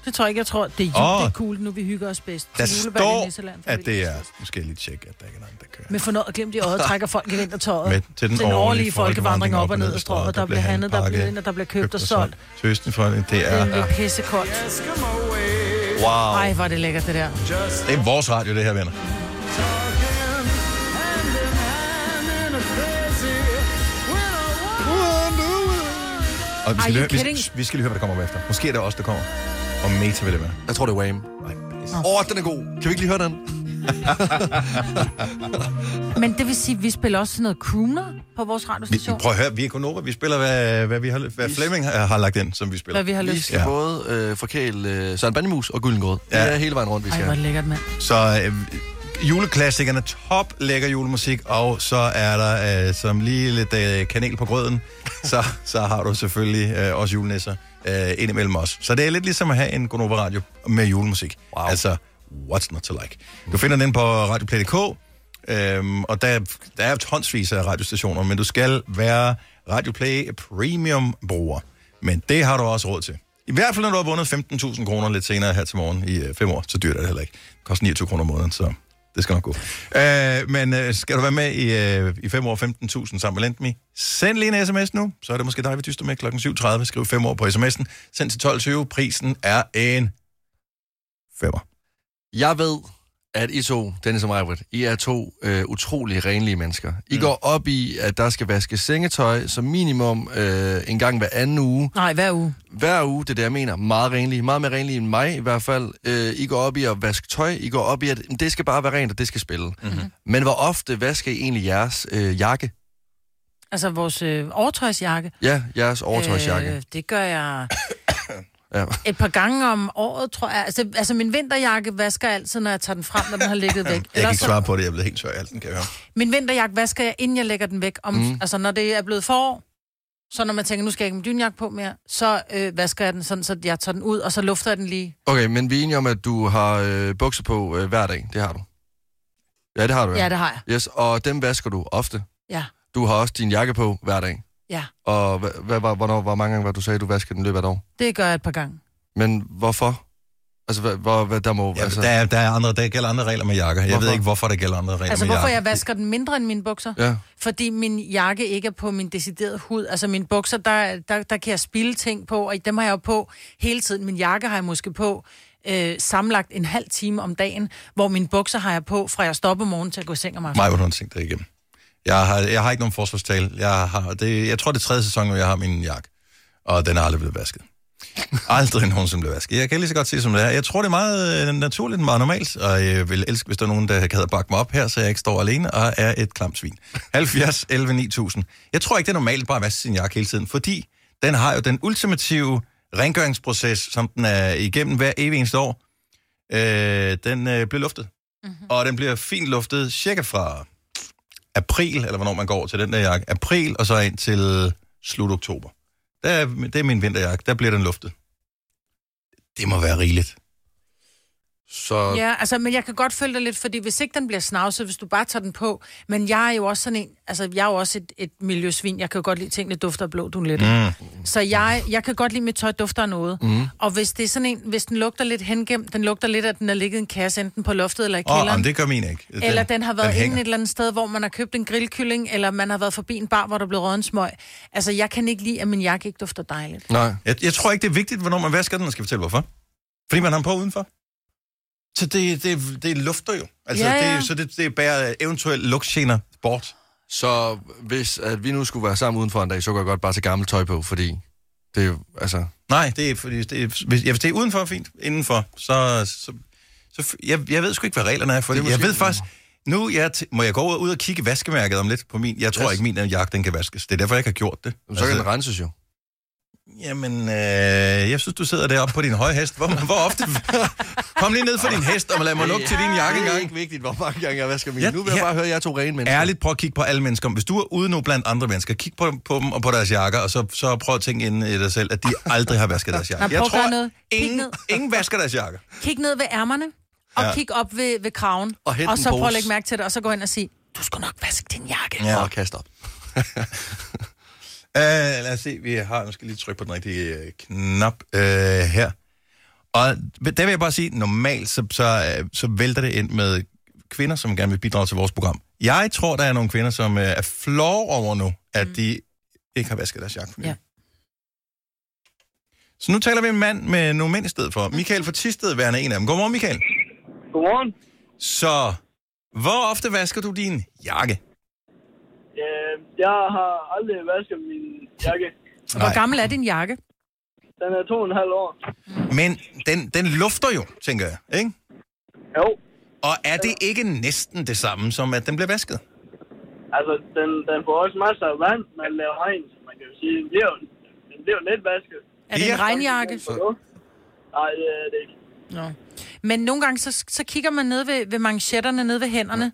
S2: Det tror jeg ikke, jeg tror. Det er jul,
S1: Åh.
S2: det er cool, nu vi hygger os bedst.
S1: Der
S2: Til julebal i
S1: står,
S2: Nisseland,
S1: at det er...
S2: familien.
S1: Nu skal jeg lige tjekke, at der ikke er nogen, der kører.
S2: Med fornøjet glemt i øjet trækker folk i vintertøjet.
S1: Med til den årlige
S2: folkevandring op og ned af strået. Der bliver handlet, der bliver ind, og der bliver købt og solgt.
S1: Tøsten for det, det
S2: Det
S1: er,
S2: er pissekoldt.
S3: Wow.
S2: Ej, hvor er det lækkert, det der.
S1: det er vores radio, det her, venner. Og vi skal,
S2: Are you
S1: lige, vi,
S2: kidding?
S1: skal, vi skal lige høre, hvad der kommer op efter. Måske er det også der kommer. Og Meta vil det være.
S3: Jeg tror, det er Wham.
S1: Nej, pis.
S3: Åh, oh, den er god. Kan vi ikke lige høre den?
S2: Men det vil sige, at vi spiller også sådan noget crooner på vores
S1: Vi,
S2: radiostation.
S1: prøv at høre, vi er kun over. Vi spiller, hvad, hvad, vi har, hvad Flemming har, har lagt ind, som vi spiller.
S2: Hvad vi har
S3: Vi
S2: lyst til.
S3: skal
S1: Ja.
S3: ja. både øh, forkæle øh, Søren Bandemus og Gyllengård.
S1: Ja.
S3: Ja. Det er hele vejen rundt, vi
S2: Ej,
S3: skal.
S2: hvor er det lækkert, mand.
S1: Så øh, juleklassikerne, top lækker julemusik, og så er der øh, som lige lidt øh, kanel på grøden, så, så har du selvfølgelig øh, også julenisser øh, indimellem os. Så det er lidt ligesom at have en Gonova Radio med julemusik. Wow. Altså, what's not to like? Du finder den på radioplay.dk, øhm, og der, der er tonsvis af radiostationer, men du skal være Radioplay Premium-bruger. Men det har du også råd til. I hvert fald, når du har vundet 15.000 kroner lidt senere her til morgen i 5 år, så dyrt er det heller ikke. Det koster 29 kroner om måneden, så det skal nok gå. Øh, men øh, skal du være med i, øh, i 5 år 15.000 sammen med Lendme, send lige en sms nu, så er det måske dig, vi dyster med kl. 7.30. Skriv 5 år på sms'en. Send til 12.20. Prisen er en femmer.
S3: Jeg ved, at I to, Dennis og Majbrit, I er to øh, utrolig renlige mennesker. I mm. går op i, at der skal vaske sengetøj som minimum øh, en gang hver anden uge.
S2: Nej, hver uge.
S3: Hver uge, det er det, jeg mener, meget renlige. Meget mere renlige end mig i hvert fald. Øh, I går op i at vaske tøj. I går op i, at mm, det skal bare være rent, og det skal spille.
S2: Mhm.
S3: Mm-hmm. Men hvor ofte vasker I egentlig jeres øh, jakke?
S2: Altså vores øh, overtøjsjakke.
S3: Ja, jeres overtøjsjakke. Øh.
S2: det gør jeg
S3: Ja.
S2: et par gange om året, tror jeg. Altså, altså min vinterjakke vasker jeg altid, når jeg tager den frem, når den har ligget væk.
S1: Jeg kan ikke
S2: så-
S1: svare på det, jeg er blevet helt tør i halsen, kan jeg høre.
S2: Min vinterjakke vasker jeg, inden jeg lægger den væk. Om, mm. Altså, når det er blevet forår, så når man tænker, nu skal jeg ikke have min dynjakke på mere, så øh, vasker jeg den sådan, så jeg tager den ud, og så lufter jeg den lige.
S3: Okay, men vi er enige om, at du har øh, bukser på øh, hver dag. Det har du. Ja, det har du,
S2: Ja, det har jeg.
S3: Yes, og dem vasker du ofte.
S2: Ja,
S3: Du har også din jakke på hver dag.
S2: ja.
S3: Og hvad, hvad, var- hvornår, hvor mange gange var du sagde, du vasker den i løbet af et år?
S2: Det gør jeg et par gange.
S3: Men hvorfor? Altså, hvad, hvor, hvad der må...
S1: Ja,
S3: altså,
S1: der, er- der, er andre, der gælder andre regler med jakker. Jeg
S3: Hvorfor?
S1: ved ikke, hvorfor der gælder andre regler
S2: Altså,
S1: med
S2: hvorfor
S1: jakker.
S2: jeg vasker den mindre end mine bukser?
S3: Ja.
S2: Fordi min jakke ikke er på min deciderede hud. Altså, mine bukser, der, der, der kan jeg spille ting på, og dem har jeg jo på hele tiden. Min jakke har jeg måske på øh, samlet en halv time om dagen, hvor mine bukser har jeg på, fra jeg stopper morgen til at gå i seng om aftenen.
S1: Mig, hvor du har tænkt det igennem. Jeg har, jeg har ikke nogen forsvarstale. Jeg, har, det, jeg tror, det er tredje sæson, hvor jeg har min jakke. Og den er aldrig blevet vasket. Aldrig nogen, som bliver vasket. Jeg kan lige så godt se, som det er. Jeg tror, det er meget øh, naturligt, meget normalt. Og jeg vil elske, hvis der er nogen, der kan bakke mig op her, så jeg ikke står alene og er et klamt svin. 70, 11, 9000. Jeg tror ikke, det er normalt bare at vaske sin jakke hele tiden, fordi den har jo den ultimative rengøringsproces, som den er igennem hver evig eneste år. Øh, den øh, bliver luftet. Mm-hmm. Og den bliver fint luftet cirka fra april, eller hvornår man går over til den der jakke, april og så ind til slut oktober. Der, er- det er min vinterjakke, der bliver den luftet. Det må være rigeligt.
S3: Så...
S2: Ja, altså, men jeg kan godt følge dig lidt, fordi hvis ikke den bliver snavset, hvis du bare tager den på, men jeg er jo også sådan en, altså, jeg er jo også et, et miljøsvin, jeg kan jo godt lide ting, der dufter af blå duletter. Mm. Så jeg, jeg kan godt lide, at mit tøj dufter af noget. Mm. Og hvis det er sådan en, hvis den lugter lidt hengemt, den lugter lidt, at den har ligget i en kasse, enten på loftet eller i
S1: Åh,
S2: kælderen.
S1: oh, det gør min ikke. Den,
S2: Eller den har været
S1: den
S2: inde et
S1: hænger.
S2: eller andet sted, hvor man har købt en grillkylling, eller man har været forbi en bar, hvor der blev røget en smøg. Altså, jeg kan ikke lide, at min jakke ikke dufter dejligt.
S3: Nej.
S1: Jeg, jeg tror ikke, det er vigtigt, hvornår man vasker den, og skal fortælle hvorfor. Fordi man har den på udenfor. Så det, det, det lufter jo. Altså,
S2: Ja, ja.
S1: Det, så det, det bærer eventuelle lugtgener bort.
S3: Så hvis at vi nu skulle være sammen udenfor en dag, så kunne jeg godt bare tage gammelt tøj på, fordi Det er jo, altså...
S1: Nej, det er, fordi, det er, hvis, ja, hvis det er udenfor, fint. Indenfor, så... så, så jeg, jeg ved sgu ikke, hvad reglerne er for det. Jeg ved faktisk... Nu jeg t- må jeg gå ud og kigge i vaskemærket om lidt på min. Jeg tror yes.
S3: Yes.
S1: ikke, min jagt den kan vaskes. Det er derfor, jeg ikke har gjort det. Altså-
S3: Så kan den renses jo.
S1: Jamen, øh, jeg synes, du sidder deroppe på din høje hest. Hvor, hvor ofte... Kom lige ned fra din hest, og lad mig lukke til din jakke
S3: Det er
S1: engang.
S3: ikke vigtigt, hvor mange gange jeg vasker min.
S1: Ja,
S3: nu vil jeg
S1: ja.
S3: bare høre, at jeg er to rene mennesker.
S1: Ærligt, prøv at kigge på alle mennesker. Hvis du er ude nu blandt andre mennesker, kig på, på dem og på deres jakker, og så, så prøv at tænke ind i dig selv, at de aldrig har vasket deres jakker.
S2: Nej, prøv at gøre noget. Kig
S1: ingen,
S2: ned.
S1: ingen vasker deres jakker.
S2: Kig ned ved ærmerne, og
S1: Ja.
S2: ja. kig op ved, ved kraven.
S3: Og hent
S2: og
S3: en
S2: så prøv
S3: pose.
S2: at lægge mærke til det, og så gå ind og sige, du skal nok vaske din jakke.
S1: Ja.
S3: Og kast op.
S1: Uh, lad os se, vi har, nu skal jeg lige trykke på den rigtige øh, knap uh, her. Og der vil jeg bare sige, normalt så, så, øh, så vælter det ind med kvinder, som gerne vil bidrage til vores program. Jeg tror, der er nogle kvinder, som øh, er flov over nu, at mm. de ikke har vasket deres jakke for nylig. Så nu taler vi med en mand med nogle mænd i stedet for. Michael fra Tisted værende en af dem. Godmorgen, Michael.
S6: Godmorgen.
S1: Så hvor ofte vasker du din jakke?
S6: Øh, jeg har aldrig vasket min jakke.
S2: Hvor gammel er din jakke?
S6: Den er to og en halv år.
S1: Men den, den lufter jo, tænker jeg, ikke?
S6: Jo,
S1: Og er det ikke næsten det samme, som at den bliver vasket?
S6: altså den, den får også masser af vand, man laver rent. så Man kan jo sige, den bliver, jo- den bliver jo lidt vasket.
S2: Er det
S1: Ja.
S2: en regnjakke?
S6: Nej, det er det ikke.
S2: Nå. Men nogle gange, så, så kigger man ned ved, ved manchetterne, ned ved hænderne,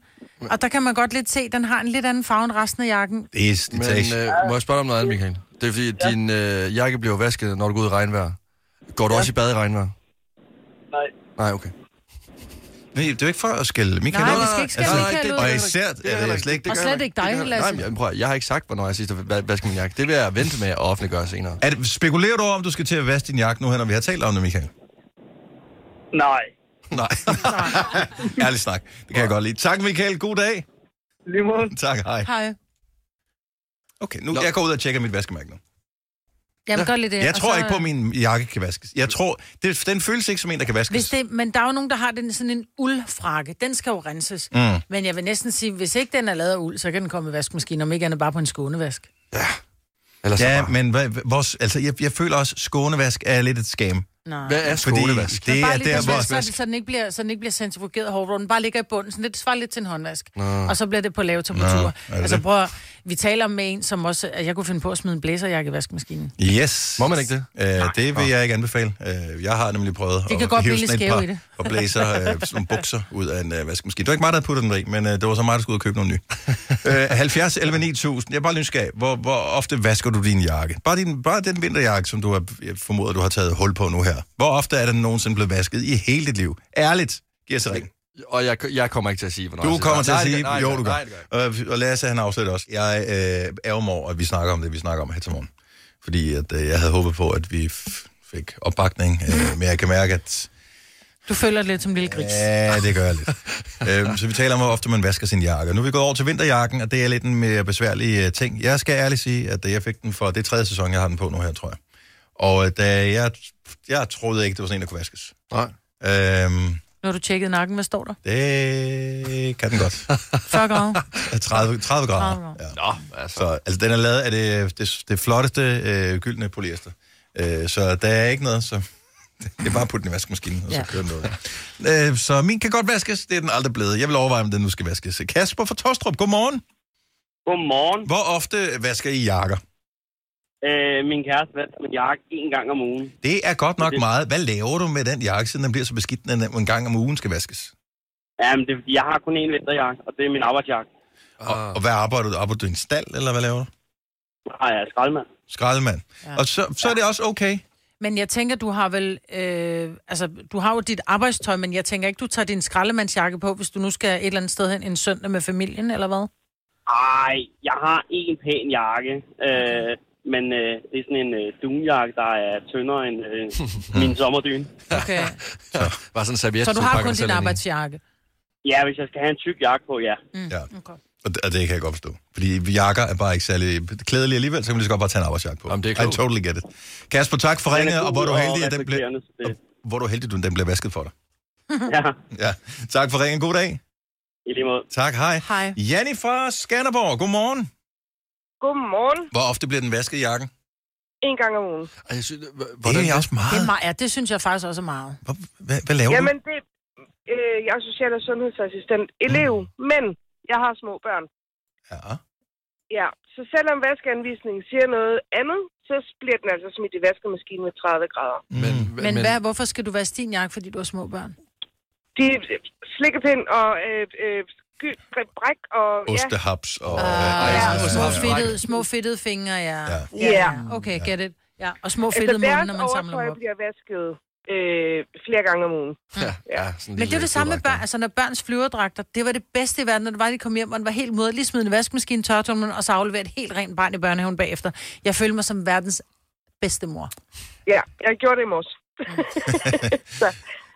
S2: og der kan man godt lidt se, den har en lidt anden farve end resten af jakken.
S1: Det er slitage.
S3: Men
S1: Men, øh...
S3: øh, må jeg spørge dig om noget andet, Michael? Det er fordi, ja. din øh, jakke bliver jo vasket, når du går ud i regnvejr. Går du ja. også i bad i regnvejr?
S6: Nej.
S3: Nej, okay.
S1: Det er jo ikke for at skælde Michael
S2: Nej,
S1: ud.
S2: vi skal ikke skælde
S1: Altså,
S2: Michael ud.
S1: Og især, er det slet ikke...
S2: Og slet ikke dig, Lasse.
S3: Nej, men jeg, prøv, at- jeg har ikke sagt, hvornår jeg sidst har va- vasket min jakke. Det vil jeg vente med at offentliggøre senere.
S1: Er det, spekulerer du over, om du skal til at vaske din jakke nu her, når vi har talt om det, Michael?
S6: Nej.
S1: Nej. Ærlig snak. Det kan jeg godt lide. Tak, Michael. God dag.
S6: Lige måde.
S1: Tak, hej.
S2: Hej.
S1: Okay, nu,
S3: Nå.
S1: jeg går ud og tjekker mit vaskemærke nu.
S2: Jamen, gør lidt det.
S1: Jeg
S2: og
S1: tror
S2: så-
S1: ikke på, at min jakke kan vaskes. Jeg tror, det, den føles ikke som en, der kan vaskes.
S2: Hvis det, men der er jo nogen, der har den sådan en uldfrakke. Den skal jo renses. Mm. Men jeg vil næsten sige, hvis ikke den er lavet af uld, så kan den komme i vaskemaskinen, om ikke andet bare på en skånevask.
S3: Ellers
S1: Ja,
S3: ja, men...
S1: men hvad, vores, altså, jeg, jeg føler også, at skånevask er lidt et scam.
S2: Nej.
S3: Hvad er
S1: Fordi
S3: skånevask?
S1: det
S2: bare
S1: er
S2: lige
S1: der,
S2: den
S1: hvor...
S2: vask, så, det- så, den ikke bliver, så den ikke bliver centrifugeret hårdt, hvor den bare ligger i bunden. Sådan lidt, det svarer lidt til en håndvask. Nå. Og så bliver det på lave temperaturer.
S1: Nå, er det
S2: altså
S1: det?
S2: prøv at, vi taler om med en, som også, at jeg kunne finde på at smide en blæserjakke i vaskemaskinen.
S1: Yes.
S3: Må man ikke det?
S1: Øh, det vil jeg ikke anbefale. Øh, jeg har nemlig prøvet
S2: Det kan godt blive lidt skæve i
S1: par
S2: det.
S1: og blæser øh, sådan nogle bukser ud af en øh, vaskemaskine. Det var ikke mig, der havde puttet den i, men øh, det var så mig, der skulle ud og købe nogle nye. øh, 70 11 9000. Jeg er bare nysgerrig. Hvor, hvor ofte vasker du din jakke? Bare, din, bare den vinterjakke, som du har, jeg formoder, du har taget hul på nu her. Hvor ofte er den nogensinde blevet vasket i hele dit liv? Ærligt. Giv sig ring.
S3: Og jeg, jeg kommer ikke til at sige, hvornår
S1: Du
S3: jeg
S1: kommer til at
S3: Nej, det
S1: sige,
S3: gør- nej,
S1: jo
S3: det
S1: du
S3: gør- nej, det
S1: gør. Øh, Og Lasse, han afslører også. Jeg øh, ærger mig over, at vi snakker om det, vi snakker om her til morgen. Fordi at, øh, jeg havde håbet på, at vi f- fik opbakning. Øh, men jeg kan mærke, at
S2: Du føler det lidt som en lille gris.
S1: ja, det gør jeg lidt. øh, så vi taler om, hvor ofte man vasker sin jakke. Og Nu er vi gået over til vinterjakken, og det er lidt en mere besværlig øh, ting. Jeg skal ærligt sige, at øh, jeg fik den for... Det er tredje sæson, jeg har den på nu her, tror jeg. Og øh, da jeg, jeg troede ikke, det var sådan en, der kunne vaskes.
S3: Nej.
S1: Øhm,
S2: Nu har du tjekket nakken, hvad står der?
S1: det kan den godt.
S2: 40 grader.
S1: 30, 30
S2: 30
S1: grader.
S2: grader.
S1: Ja.
S3: Nå, altså.
S1: Så altså, den er lavet af det, det, det flotteste øh, gyldne polyester. Øh, så der er ikke noget, så... Det er bare at putte den i vaskemaskinen, og så
S2: Ja.
S1: kører den noget. Øh, så min kan godt vaskes, det er den aldrig blevet. Jeg vil overveje, om den nu skal vaskes. Kasper fra Tostrup, godmorgen.
S6: Godmorgen.
S1: Hvor ofte vasker I jakker?
S6: Øh, min kæreste vasker min jakke en gang om ugen.
S1: Det er godt nok
S6: Det-
S1: meget. Hvad laver du med den jakke, siden den bliver så beskidt, når den en gang om ugen skal vaskes?
S6: Jamen, det er fordi, jeg har kun én vinterjakke, og det er min arbejdsjakke.
S3: Ah.
S1: Og, og hvad arbejder du? Arbejder du i en stald, eller hvad laver du?
S6: Nej, jeg er skraldemand.
S1: Skraldemand. Ja.
S2: Ja.
S1: Og så, så er det også okay.
S2: Men jeg tænker, du har vel... Øh, altså, du har jo dit arbejdstøj, men jeg tænker ikke, du tager din skraldemandsjakke på, hvis du nu skal et eller andet sted hen en søndag med familien, eller hvad?
S6: Ej, jeg har en pæn jakke. Øh, men øh, det er sådan en øh, dunjakke, der er tyndere end øh, min sommerdyne.
S2: Okay.
S3: Bare sådan en serviet,
S2: Så du har
S3: pakker
S2: kun
S3: dig selv
S2: din
S3: ind i.
S2: arbejdsjakke?
S6: Ja, hvis jeg skal have en tyk jakke på, ja.
S1: Ja.
S2: Mm, Okay.
S1: Og det, og det kan jeg godt forstå. Fordi jakker er bare ikke særlig klædelige alligevel, så kan man lige så godt bare tage en arbejdsjakke på.
S3: Jamen, det er
S1: I
S3: klogt.
S1: totally get it. Kasper, tak for
S6: Den
S1: ringet,
S6: er
S1: og hvor er du
S6: gul
S1: heldig, at den blev,
S6: reflekterende, så det-
S1: hvor er du heldig, at den blev vasket for dig.
S6: Ja,
S1: Ja. Tak for ringen. God dag.
S6: i lige måde.
S1: Tak, hej.
S2: Hej.
S1: Janni fra Skanderborg, godmorgen.
S7: Godmorgen.
S1: Hvor ofte bliver den vasket, jakken?
S7: En gang om ugen.
S3: Ej, jeg synes, h-
S1: Det
S3: hvordan,
S1: er jeg også
S2: Det, er
S1: meget.
S2: meget, ja, det synes jeg faktisk også er meget.
S1: Hvor, hvad, hvad laver
S7: Jamen, det, øh, jeg er social- og sundhedsassistent elev, men jeg har små børn.
S1: du? Mm. Ja.
S7: Ja, så selvom vaskeanvisningen siger noget andet, så bliver den altså smidt i vaskemaskinen med 30 grader.
S3: men,
S2: Mm. Men, men hvad, hvorfor skal du vaske din jakke, fordi du har små børn?
S7: De øh, slikkepind og øh, øh, sky- græb- bræk og...
S1: Ostehaps og... Uh,
S2: Ah, Ja, og små
S3: små
S2: fedtede, små fedtede fingre, ja.
S1: Ja.
S7: Ja.
S2: Okay, get it. Ja, og små
S7: Altså,
S2: fedtede munde,
S7: deres
S2: når man samler
S7: overtøj
S2: dem op.
S7: bliver vasket øh, flere gange om ugen.
S3: ja, ja, sådan
S2: Men det er
S3: lidt
S2: det samme med børn.
S3: fodbold.
S2: Altså, når børns flyverdragter, det var det bedste i verden, når det var, de kom hjem, og den var helt modet. Lige smide en vaskemaskine, tørretumlen, og så aflevere et helt rent barn i børnehaven bagefter. Jeg følte mig som verdens bedste mor.
S7: Ja, jeg gjorde det i morges.
S3: Mm.
S7: så,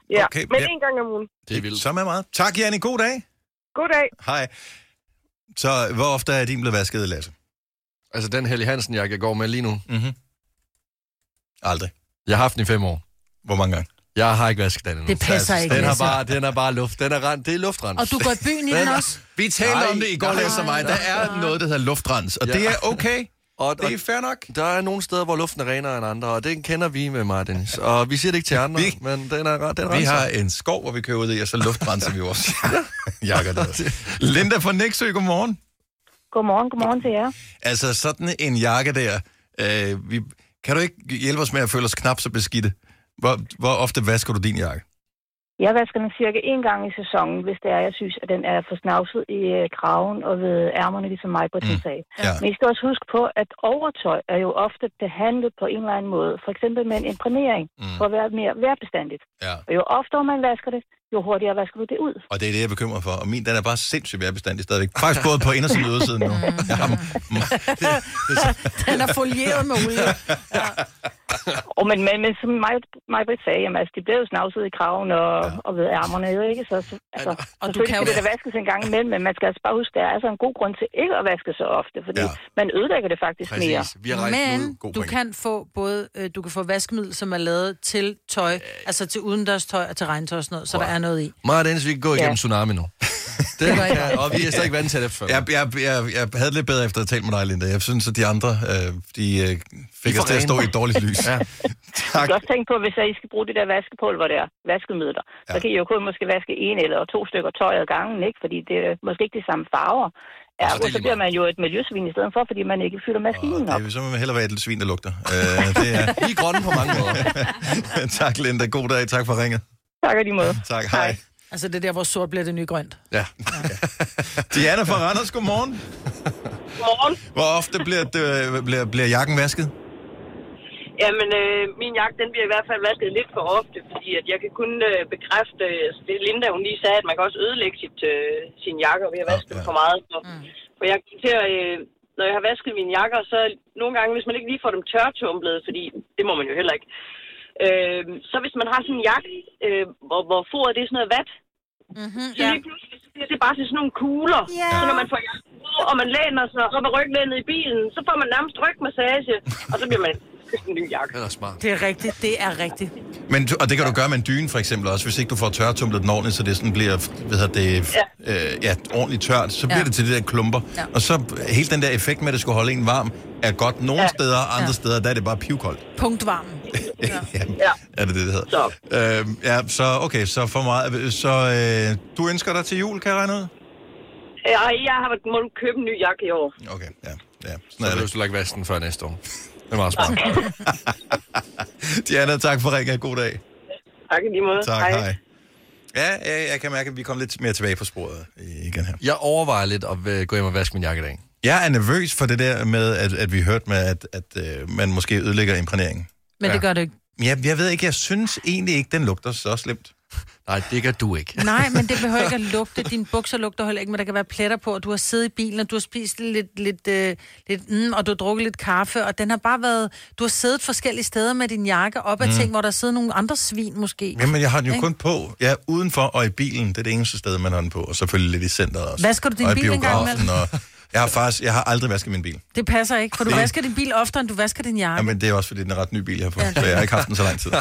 S7: ja.
S1: Okay,
S7: Okay, men
S1: ja.
S7: en gang om ugen.
S3: Det er vildt.
S1: Så er meget. Tak, Janne. God dag.
S7: God dag.
S1: Hej. Så hvor ofte er din blevet vasket, Lasse?
S3: Altså, den Helge Hansen, jeg går med lige nu,
S1: Mm-hmm. Aldrig.
S3: jeg har haft den i fem år.
S1: Hvor mange gange?
S3: Jeg har ikke vasket den endnu. Altså,
S2: Det passer ikke,
S3: Den er
S2: Lasse.
S3: bare, den er bare luft. Den er rent. Det er luftrens.
S2: Og du går i byen i den også?
S1: Vi talte
S3: Nej,
S1: om det i går,
S3: nej,
S1: Lasse og mig. Der er noget, der hedder luftrens, og
S3: Ja.
S1: det er okay.
S3: Og, og
S1: Det er fair nok.
S3: der er nogle steder, hvor luften er renere end andre, og den kender vi med mig, Dennis. Og vi siger det ikke til andre,
S1: Vi-
S3: men den er, ret- den er
S1: Vi har en skov, hvor vi kører ud i, og så luftrenser vi vores jakker. Der. Linda fra Nexø, godmorgen.
S7: Godmorgen, godmorgen til jer.
S1: Altså sådan en jakke der, øh, vi, kan du ikke hjælpe os med at føle os knap så beskidte? Hvor, hvor ofte vasker du din jakke?
S7: Jeg vasker den cirka en gang i sæsonen, hvis det er, jeg synes, at den er for snavset i øh, kraven og ved ærmerne, ligesom mig på
S1: Mm.
S7: mm. sagde.
S1: Ja.
S7: Men I skal også huske på, at overtøj er jo ofte behandlet på en eller anden måde. For eksempel med en imprægnering,
S1: Mm.
S7: mm. for at være mere værbestandigt.
S1: Ja.
S7: Og jo oftere man vasker det, jo hurtigere vasker du det ud.
S1: Og det er det, jeg er bekymret for. Og min, den er bare sindssygt værbestandig stadigvæk. Faktisk både på indersiden og ydersiden nu. Jeg har,
S2: Mm. Den er folieret med olie.
S7: Og men, men, men som mig, mig sagde, jamen, altså, de blev jo snavset i kraven og, ja. og ved ærmerne, jo ikke? Så, så altså,
S2: Og du
S7: selvfølgelig
S2: kan
S7: skal det
S2: jo...
S7: da vaskes en gang imellem, men man skal altså bare huske, der er altså en god grund til ikke at vaske så ofte, fordi
S1: Ja.
S7: ja. man ødelægger det faktisk Præcis. mere.
S3: Præcis. Vi har rejst den ud.
S2: Men
S1: God
S2: du
S1: point.
S2: kan få både, øh, du kan få vaskemiddel, som er lavet til tøj, altså til udendørstøj og til regntøj og sådan noget, så der er noget i.
S3: Mig og Dennis, vi kan gå igennem ja.
S7: Ja.
S3: tsunami nu. Den kan, og vi er stadig vant til det før.
S1: jeg, jeg, jeg, jeg havde det lidt bedre efter at tale med dig, Linda. Jeg synes, at de andre øh, de, øh, fik
S3: får
S1: os til at
S3: rene.
S1: stå i et dårligt lys.
S3: Ja.
S1: Tak.
S7: Jeg skal også tænke på, hvis I skal bruge det der vaskepulver der, vaskemidler, ja. så
S1: Ja.
S7: kan I jo kun måske vaske en eller to stykker tøj ad gangen, ikke? fordi det er måske ikke de samme farver. Ja,
S3: det er
S7: og så
S3: lige
S7: bliver man jo et miljøsvin i stedet for, fordi man ikke fylder maskinen
S1: Og
S7: op.
S1: det vil simpelthen hellere være et svin, der lugter. Øh, det er.
S3: Vi er grønne på mange måder.
S1: tak, Linda. God dag. Tak for ringet.
S7: Tak og lige måde.
S1: Tak. Hej.
S2: Altså det er der, hvor sort bliver det nye grønt.
S3: Ja.
S1: Diana fra Randers, godmorgen.
S8: Morgen.
S1: Hvor ofte bliver, det, øh, bliver, bliver jakken vasket?
S8: Jamen, øh, min jagt, den bliver i hvert fald vasket lidt for ofte, fordi at jeg kan kun øh, bekræfte, øh, det Linda hun lige sagde, at man kan også ødelægge sit, øh, sin jakker ved at vaske
S1: Ja,
S8: dem
S1: ja.
S8: for meget. Så, mm. For jeg kan til at, øh, når jeg har vasket mine jakker, så nogle gange, hvis man ikke lige får dem tørretumlet, fordi det må man jo heller ikke, øh, så hvis man har sådan en jakke, øh, hvor, hvor foret det er sådan noget vat,
S2: Mm-hmm,
S8: så lige pludselig så bliver det bare til sådan nogle kugler.
S2: Ja.
S8: Så når man får jakken på, og man læner sig op ad ryglænet i bilen, så får man nærmest rygmassage, og så bliver man en ny jakke.
S3: Den er smart.
S2: Det er rigtigt, det er rigtigt.
S1: Men, du- og det kan du gøre med en dyne for eksempel også, hvis ikke du får tørretumlet den ordentligt, så det sådan bliver hvad hedder det, øh, ja, ordentligt tørt, så bliver
S2: Ja.
S1: det til det der klumper.
S2: Ja.
S1: Og så øh, hele den der effekt med, at det skulle holde en varm, er godt nogle steder, og andre
S2: Ja.
S1: steder, der er det bare pivkoldt.
S2: Punktvarmen.
S1: Ja. Er det det, det hedder? Så. Øhm, ja, så okay, så for meget. Så øh, du ønsker dig til jul, kan jeg regne ud?
S8: Ja, jeg har må du købe en ny jakke i år.
S1: Okay, ja. ja
S3: Så
S1: sådan er
S3: behøver
S1: det.
S3: du ikke vaske den før næste år. Det er meget smart.
S1: Diana, tak for ringen. God dag.
S8: Tak i lige måde.
S1: Tak, hej. hej. Ja, jeg, jeg kan mærke, at vi kom lidt mere tilbage på sporet øh, igen her.
S3: Jeg overvejer lidt at øh, gå hjem og vaske min jakke i dag.
S1: Jeg er nervøs for det der med, at, at vi hørte med, at, at øh, man måske ødelægger imprægneringen.
S2: Men det gør det ikke.
S1: Men Jeg, jeg ved ikke, jeg synes egentlig ikke, den lugter så slemt.
S3: Nej, det gør du ikke.
S2: Nej, men det behøver ikke at lugte. Dine bukser lugter heller ikke, men der kan være pletter på, og du har siddet i bilen, og du har spist lidt, lidt, øh, lidt mm, og du har drukket lidt kaffe, og den har bare været... Du har siddet forskellige steder med din jakke op ad mm. ting, hvor der sidder nogle andre svin måske.
S1: Jamen, jeg har den jo kun på. Jeg er udenfor og i bilen. Det er det eneste sted, man har den på. Og selvfølgelig lidt i centret også.
S2: Vasker du din
S1: og i
S2: bil en gang
S1: biografen, Og Jeg har faktisk, jeg har aldrig vasket min bil.
S2: Det passer ikke, for du
S1: Det-
S2: vasker din bil oftere, end du vasker din jakke.
S1: Jamen, det er også, fordi den er ret ny bil, jeg har fået,
S2: Ja.
S1: så jeg har ikke haft den så lang tid.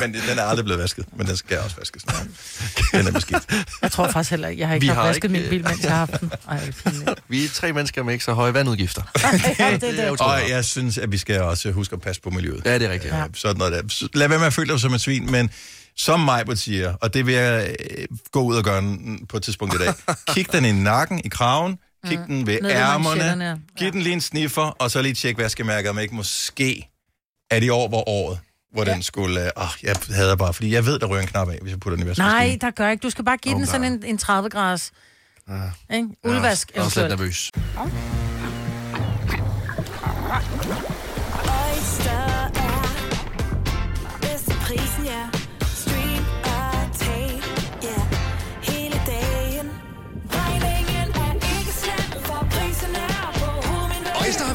S1: Men den er aldrig blevet vasket, men den skal også vaskes. Den er beskidt.
S2: Jeg tror faktisk heller ikke, jeg har ikke
S3: Vi
S2: haft
S3: har
S2: vasket
S3: ikke,
S2: min
S1: øh,
S2: bil, mens jeg har haft den. Ej, det er pinligt.
S3: Vi er tre mennesker med ikke så høje vandudgifter.
S2: ja, det er det.
S1: Og jeg synes, at vi skal også huske at passe på miljøet.
S3: Ja, det er rigtigt.
S1: Ja. Sådan noget der. Så Lad være med at føle dig som et svin, men som Majbert siger, og det vil jeg øh, gå ud og gøre n- på et tidspunkt i dag, kig den i nakken, i kraven, kig den ved
S2: Mm. Ned ved
S1: ærmerne,
S2: manchetterne, ja.
S1: giv den lige en sniffer, og så lige tjek vaskemærket, om ikke måske er det over hvor året, hvor ja. den skulle... Øh, åh, jeg hader bare, fordi jeg ved, der ryger en knap af, hvis jeg putter den i vaskemaskinen.
S2: Nej, der gør ikke. Du skal bare give
S3: Åh,
S2: den sådan
S3: nej.
S2: en, en 30 graders.
S1: Ah.
S2: Ja. Ikke? Ulvask.
S3: Jeg er også lidt
S2: eventuelt.
S3: nervøs.
S9: Oyster er bedst til prisen, ja. Stream og tag, ja. Hele dagen. Regningen er ikke slem, for prisen er på
S5: Øjster har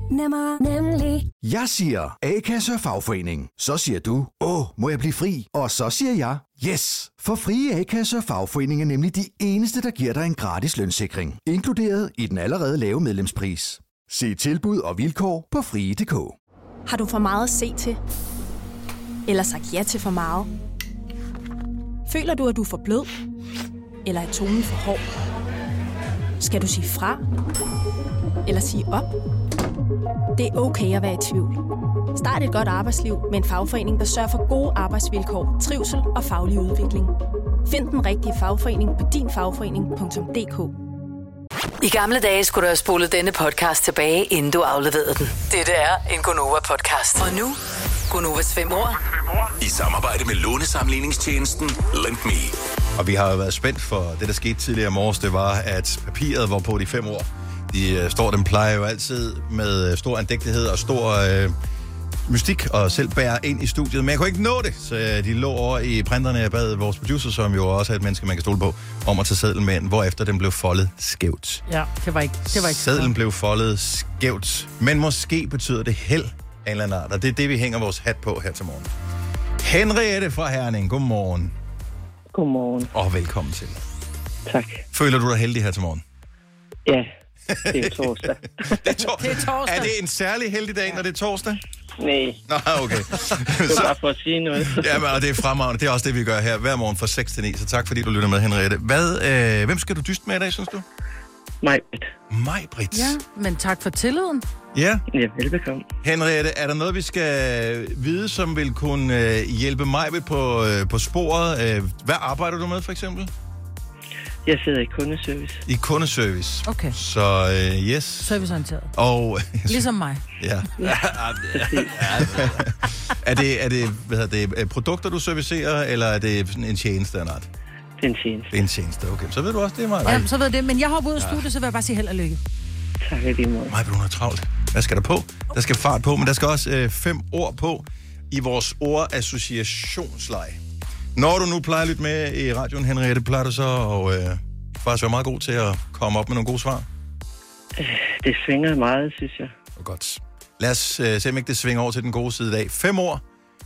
S9: Nemmer, nemlig.
S10: Jeg siger A-kasse og fagforening. Så siger du, åh, må jeg blive fri? Og så siger jeg, yes! For frie A-kasse og fagforening er nemlig de eneste, der giver dig en gratis lønssikring. Inkluderet i den allerede lave medlemspris. Se tilbud og vilkår på frie.dk.
S9: Har du for meget at se til? Eller sagt ja til for meget? Føler du, at du er for blød? Eller er tonen for hård? Skal du sige fra? Eller sige op? Det er okay at være i tvivl. Start et godt arbejdsliv med en fagforening, der sørger for gode arbejdsvilkår, trivsel og faglig udvikling. Find den rigtige fagforening på dinfagforening.dk.
S4: I gamle dage skulle du have spolet denne podcast tilbage, inden du afleverede den. Dette er en Gonova-podcast. Og nu, Gonovas fem år.
S5: I samarbejde med lånesamligningstjenesten Lend Me.
S1: Og vi har jo været spændt for det, der skete tidligere i morges. Det var, at papiret var på de fem år. De øh, står, den plejer jo altid med øh, stor andægtighed og stor øh, mystik og selv bærer ind i studiet. Men jeg kunne ikke nå det, så øh, de lå over i printerne. Jeg bad vores producer, som jo også er et menneske, man kan stole på, om at tage sedlen med ind, hvorefter den blev foldet skævt.
S2: Ja, det var ikke. Det var ikke
S1: Sedlen blev foldet skævt. Men måske betyder det held af en eller anden art, og det er det, vi hænger vores hat på her til morgen. Henriette fra Herning, godmorgen
S8: Godmorgen.
S1: og velkommen til.
S8: Tak.
S1: Føler du dig heldig her til morgen?
S8: Ja, det er torsdag.
S1: Det er torsdag.
S2: Det er torsdag.
S1: Er det en særlig heldig dag, når det er torsdag?
S8: Nej,
S1: Nå, okay.
S8: det var
S1: Så,
S8: bare for at sige noget.
S1: jamen, og det er fremragende. Det er også det, vi gør her hver morgen fra 6 til 9. Så tak, fordi du lytter med, Henriette. Hvad, øh, hvem skal du dyste med i dag, synes du?
S8: Nej,
S1: Mig, Britt.
S2: Ja, men tak for tilliden.
S1: ja.
S8: ja, velbekomme.
S1: Henriette, er der noget, vi skal vide, som vil kunne øh, hjælpe mig ved på, øh, på sporet? Øh, hvad arbejder du med, for eksempel?
S8: Jeg sidder i kundeservice.
S1: I kundeservice.
S2: Okay.
S1: Så øh, yes.
S2: Serviceorienteret.
S1: Og,
S2: Ligesom mig.
S1: ja. Er det, er det, hvad hedder det øh, produkter, du servicerer, eller er det sådan en tjeneste eller noget?
S8: Det er en tjeneste.
S1: Det er en tjeneste, okay. Så ved du også, det er mig.
S2: Ja, så ved jeg det. Men jeg hopper ud af studiet, så vil jeg bare sige held og lykke.
S8: Tak i lige måde.
S1: Mig, hun er travlt. Hvad skal der på? Der skal fart på, men der skal også øh, fem ord på i vores ordassociationsleje. Når du nu plejer at lytte med i radioen, Henriette, plejer du så og, øh, faktisk være meget god til at komme op med nogle gode svar?
S8: Øh, Det svinger meget, synes jeg.
S1: Og godt. Lad os øh, se, om ikke det svinger over til den gode side i dag. Fem år,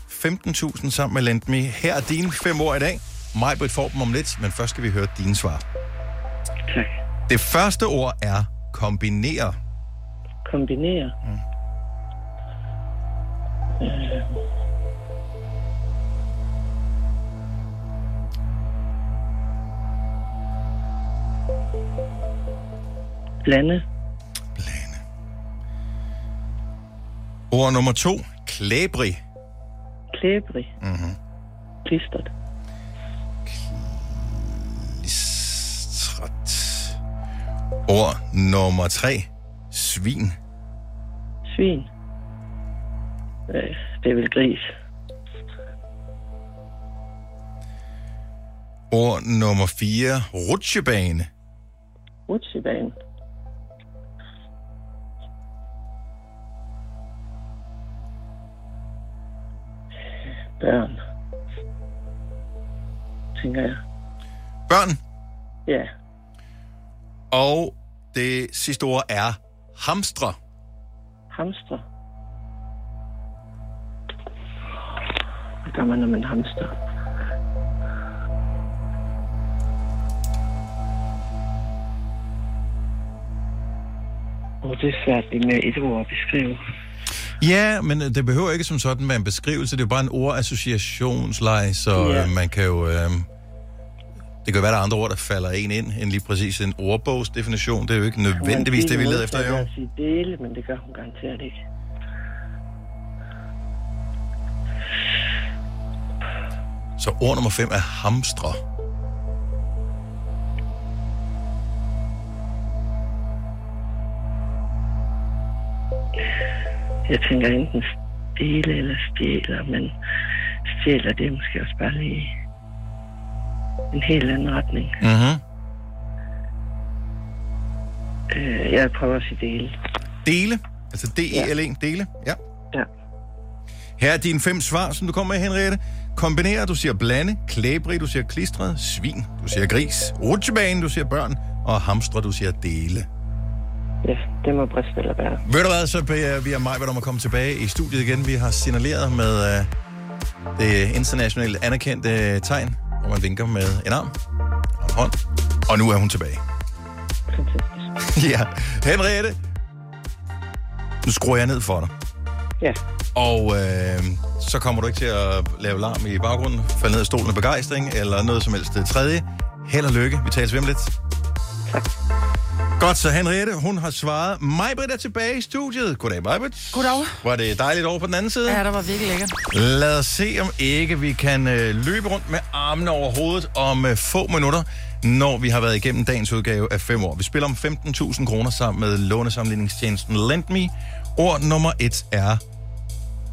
S1: 15.000 sammen med Lendme. Her er dine fem år i dag. Majbrit får dem om lidt, men først skal vi høre dine svar.
S8: Tak.
S1: Det første ord er kombinere.
S8: Kombinere.
S1: Mm.
S11: Øh,
S8: Blande.
S1: Blande. Ord nummer to. Klæbrig.
S8: Klæbrig. Mm-hmm.
S1: Mhm.
S8: Klistret.
S1: Listret. Ord nummer tre. Svin.
S8: Svin. Øh, det er vel gris.
S1: Ord nummer fire. Rutsjebane.
S8: Rutsjebanen. Børn.
S11: tænker jeg.
S1: Børn.
S11: Ja.
S1: Og det sidste ord er hamstre.
S11: Hamster. Hvad gør man, når man hamster? Åh, oh, det er svært det med et ord at beskrive.
S1: Ja, men øh, det behøver ikke som sådan være en beskrivelse. Det er jo bare en ordassociationsleje, så
S11: Ja.
S1: ja. man kan jo... Øh, det kan jo være, der er andre ord, der falder en ind, end lige præcis en ordbogsdefinition. Det er jo ikke nødvendigvis det, vi leder efter, jo.
S11: Jeg sige dele, men det gør hun garanteret ikke.
S1: Så ord nummer 5 er hamstre.
S11: Jeg tænker enten stjæle eller stjæler, men stjæler det er måske også bare lige en helt anden retning.
S1: Mm-hmm.
S11: Øh, jeg prøver at sige dele.
S1: Dele, altså D-E-L-E, dele, ja.
S11: Ja.
S1: Her er dine fem svar, som du kommer med, Henriette. Kombinere, du siger blande, klæbrig, du siger klistret, svin, du siger gris, rutsjebane, du siger børn, og hamstre, du siger dele.
S11: Ja, det må Bristol være.
S1: Ved du hvad, så beder vi om mig, om at komme tilbage i studiet igen. Vi har signaleret med øh, det internationalt anerkendte tegn, hvor man vinker med en arm og en hånd. Og nu er hun tilbage. ja, Henriette, nu skruer jeg ned for dig.
S11: Ja.
S1: Og øh, så kommer du ikke til at lave larm i baggrunden, falde ned af stolen af begejstring, eller noget som helst det tredje. Held og lykke. Vi tales ved om lidt. Godt, så Henriette, hun har svaret. Majbrit er tilbage i studiet. Goddag, Majbrit.
S2: Goddag.
S1: Var det dejligt over på den anden side?
S2: Ja, der var virkelig lækkert.
S1: Lad os se, om ikke vi kan øh, løbe rundt med armene over hovedet om øh, få minutter, når vi har været igennem dagens udgave af 5 år. Vi spiller om 15.000 kroner sammen med lånesamligningstjenesten LendMe. Ord nummer et er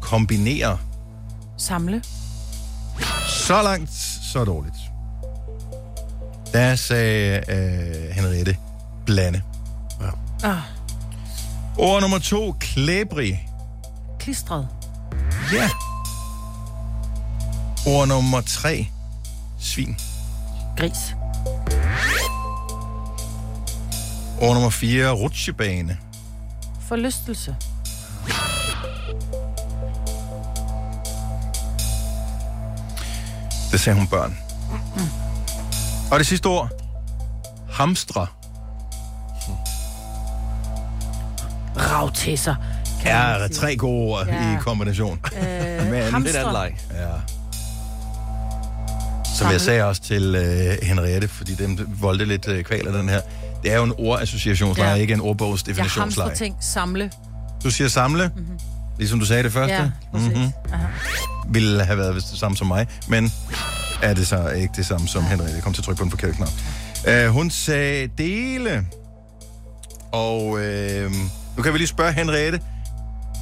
S1: kombinere.
S2: Samle.
S1: Så langt, så dårligt. Der sagde øh, Henriette blande. Ja.
S2: Ah,
S1: Ord nummer to, klæbrig.
S2: klistret.
S1: Ja. Ord nummer tre, svin.
S2: Gris.
S1: Ord nummer 4, rutsjebane.
S2: Forlystelse.
S1: Det sagde hun børn. Og det sidste ord, hamstre.
S2: Ravtisser.
S1: Er tre gode ord
S2: Ja.
S1: i kombination.
S2: Øh, hamstre.
S1: Ja. Som jeg sagde også til øh, Henriette, fordi den voldte lidt øh, kval af den her. Det er jo en ordassociationsleje,
S2: Ja.
S1: ja. ikke en
S2: Jeg hamstrer
S1: ordbogsdefinitionsleje.
S2: ting. Samle.
S1: Du siger samle, mm-hmm. ligesom du sagde det første.
S2: Mhm. Ja,
S1: mm-hmm. Ville have været hvis det samme som mig, men er det så ikke det samme som Henriette? Jeg kom til at trykke på den forkerte knap. Uh, hun sagde dele, og uh, nu kan vi lige spørge Henriette.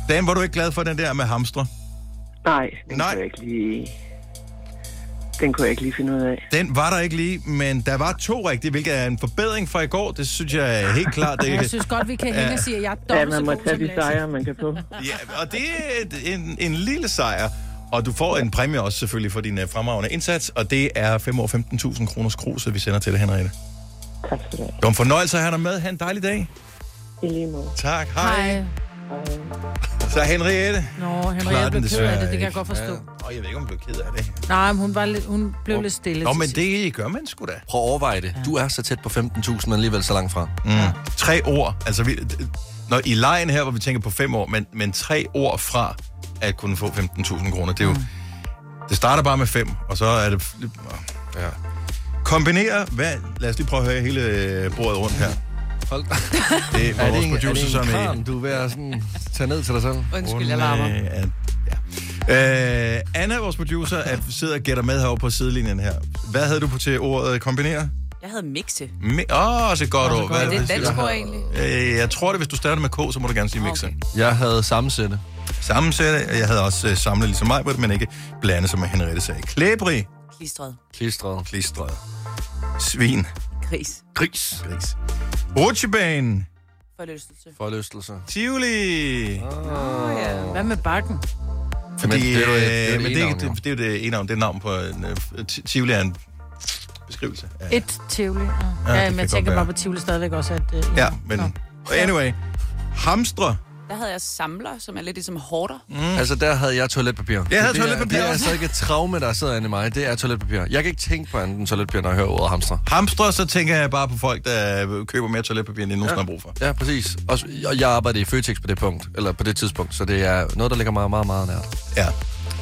S1: Dan, var du ikke glad for den der med hamstre?
S11: Nej, den Nej. kunne jeg ikke lige... Den kunne jeg ikke lige finde ud af.
S1: Den var der ikke lige, men der var to rigtige, hvilket er en forbedring fra i går. Det synes jeg er helt klart. Det,
S2: Jeg synes godt, vi kan hænge og sige, at jeg er
S11: Ja,
S2: dobbelt
S11: man må
S2: så god
S11: tage
S2: som
S11: de
S2: Lasse.
S11: sejre, man kan få.
S1: Ja, og det er et- en, en lille sejr. Og du får en præmie også selvfølgelig for din øh, fremragende indsats, og det er 5 år 15.000 kroners kruse, vi sender til dig, Henriette.
S11: Tak skal du have.
S1: Det var en fornøjelse at have dig med. Ha' en dejlig dag.
S11: I lige måde.
S1: Tak. Hej. Hej. Så Henriette.
S2: Nå,
S1: Klarer den
S2: Henriette blev ked af
S1: desværre
S2: det, det kan jeg
S1: ikke.
S2: godt forstå.
S1: Ja. Og jeg ved ikke, om du er ked af det.
S2: Nej, men hun, var lidt, hun blev lidt stille.
S3: Nå,
S2: til
S3: men
S2: sidst.
S1: Det gør man sgu da.
S3: Prøv at overveje det. Du er så tæt på 15.000, men alligevel så langt fra.
S1: Mm. Tre ord. Altså, vi, d- når i lejen her, hvor vi tænker på fem år, men, men tre ord fra at kunne få 15.000 kroner, det er jo... Mm. Det starter bare med fem, og så er det... Ja. Kombinere, hvad, lad os lige prøve at høre hele øh, bordet rundt her.
S3: Hold
S1: Det var
S3: er
S1: vores
S3: det en, er
S1: producer,
S3: det en
S1: som er-
S3: kran, du er ved at sådan, tage ned til dig selv?
S1: Undskyld, jeg larmer. Hun, øh, er- Øh, Anna, vores producer, er, sidder og gætter med herovre på sidelinjen her. Hvad havde du på til ordet kombinere?
S12: Jeg havde mixe.
S1: Åh, oh, så godt ord. Hvad
S12: Er det et
S1: det?
S12: dansk ord egentlig?
S1: Øh, jeg tror det, hvis du starter med K, så må du gerne sige mixer. Okay.
S3: Jeg havde sammensætte.
S1: Sammensætte. Jeg havde også øh, samlet ligesom mig, men ikke blande, som Henriette sagde. Klæbrig.
S12: Klistret.
S1: Klistret. Klistret. Svin.
S12: Gris.
S1: Gris. Gris. Rutsjebane.
S12: Forlystelse.
S3: Forlystelse.
S1: Tivoli.
S2: Åh, ja. Hvad med bakken?
S1: Fordi, men det, er,
S3: jo- det er
S1: øh,
S3: jo det
S1: det, men
S3: ene
S1: det, er-
S3: navn, jo.
S1: det, det er jo det ene navn. Det er navn på en, øh, Ti- øh, Tivoli er en beskrivelse. Ja,
S2: Et Tivoli.
S1: Ja,
S2: Ja,
S1: det
S2: ja men
S1: kan
S2: jeg tænker
S1: godt
S2: bare
S1: være.
S2: på Tivoli stadigvæk også. At, øh,
S1: ja men anyway. Hamstre.
S12: Der havde jeg samler, som er lidt ligesom hårder.
S3: Mm. Altså, der havde jeg toiletpapir. Så
S1: havde
S3: det er-
S1: toiletpapir
S3: Det er
S1: også.
S3: altså ikke et traume, der sidder inde i mig. Det er toiletpapir. Jeg kan ikke tænke på andet end toiletpapir, når jeg hører ordet hamstre.
S1: Hamstre, så tænker jeg bare på folk, der øh, køber mere toiletpapir, end de nogensinde har brug for.
S3: Ja, præcis. Og s- og jeg arbejdede i Føtex på det punkt, eller på det tidspunkt, så det er noget, der ligger meget, meget, meget nært.
S1: Ja.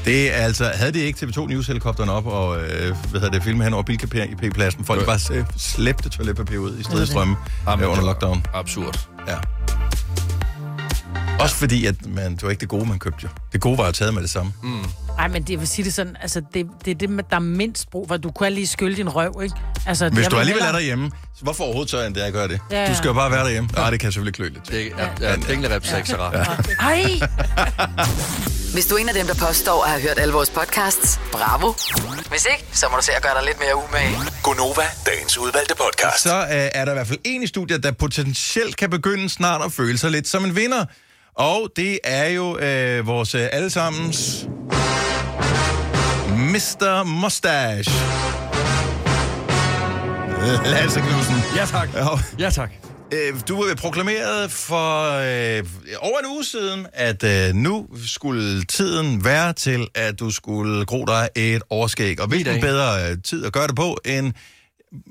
S1: Det er altså, havde de ikke TV2 News-helikopteren op og øh, hvad hedder det, filmet hen over Bilkapir-pladsen, folk bare øh, slæbte toiletpapir ud i stridestrømme
S3: Jamen,
S1: øh,
S3: det
S1: under
S3: var
S1: lockdown.
S3: Absurd.
S1: Ja. Også fordi, at man, det var ikke det gode, man købte jo. Det gode var jo taget med det samme. Mm.
S2: Nej, men det jeg vil sige det sådan, altså det, det er det, der er mindst brug for. Du kan lige skylle din røv, ikke? Altså,
S1: Hvis
S2: jeg
S1: du
S2: vil
S1: alligevel er
S2: hellere-
S1: derhjemme, så hvorfor overhovedet tør jeg endda at gøre det?
S2: Ja, ja.
S1: Du skal jo bare være derhjemme. Nej, det kan jeg selvfølgelig klø lidt.
S3: Det, ja, ja, dinglerep sex er rart.
S2: Ej!
S4: Hvis du er en af dem, der påstår at have hørt alle vores podcasts, bravo. Hvis ikke, så må du se at gøre dig lidt mere umage.
S5: Gonova, dagens udvalgte podcast.
S1: Så øh, er der i hvert fald en i studiet, der potentielt kan begynde snart at føle sig lidt som en vinder. Og det er jo øh, vores øh, allesammens Mr. Mustache. Lasse Knudsen.
S3: Ja, tak. Ja, tak.
S1: Øh, Du var proklameret for øh, over en uge siden, at øh, nu skulle tiden være til, at du skulle gro dig et overskæg. Og hvilken
S3: dag.
S1: bedre øh, tid at gøre det på end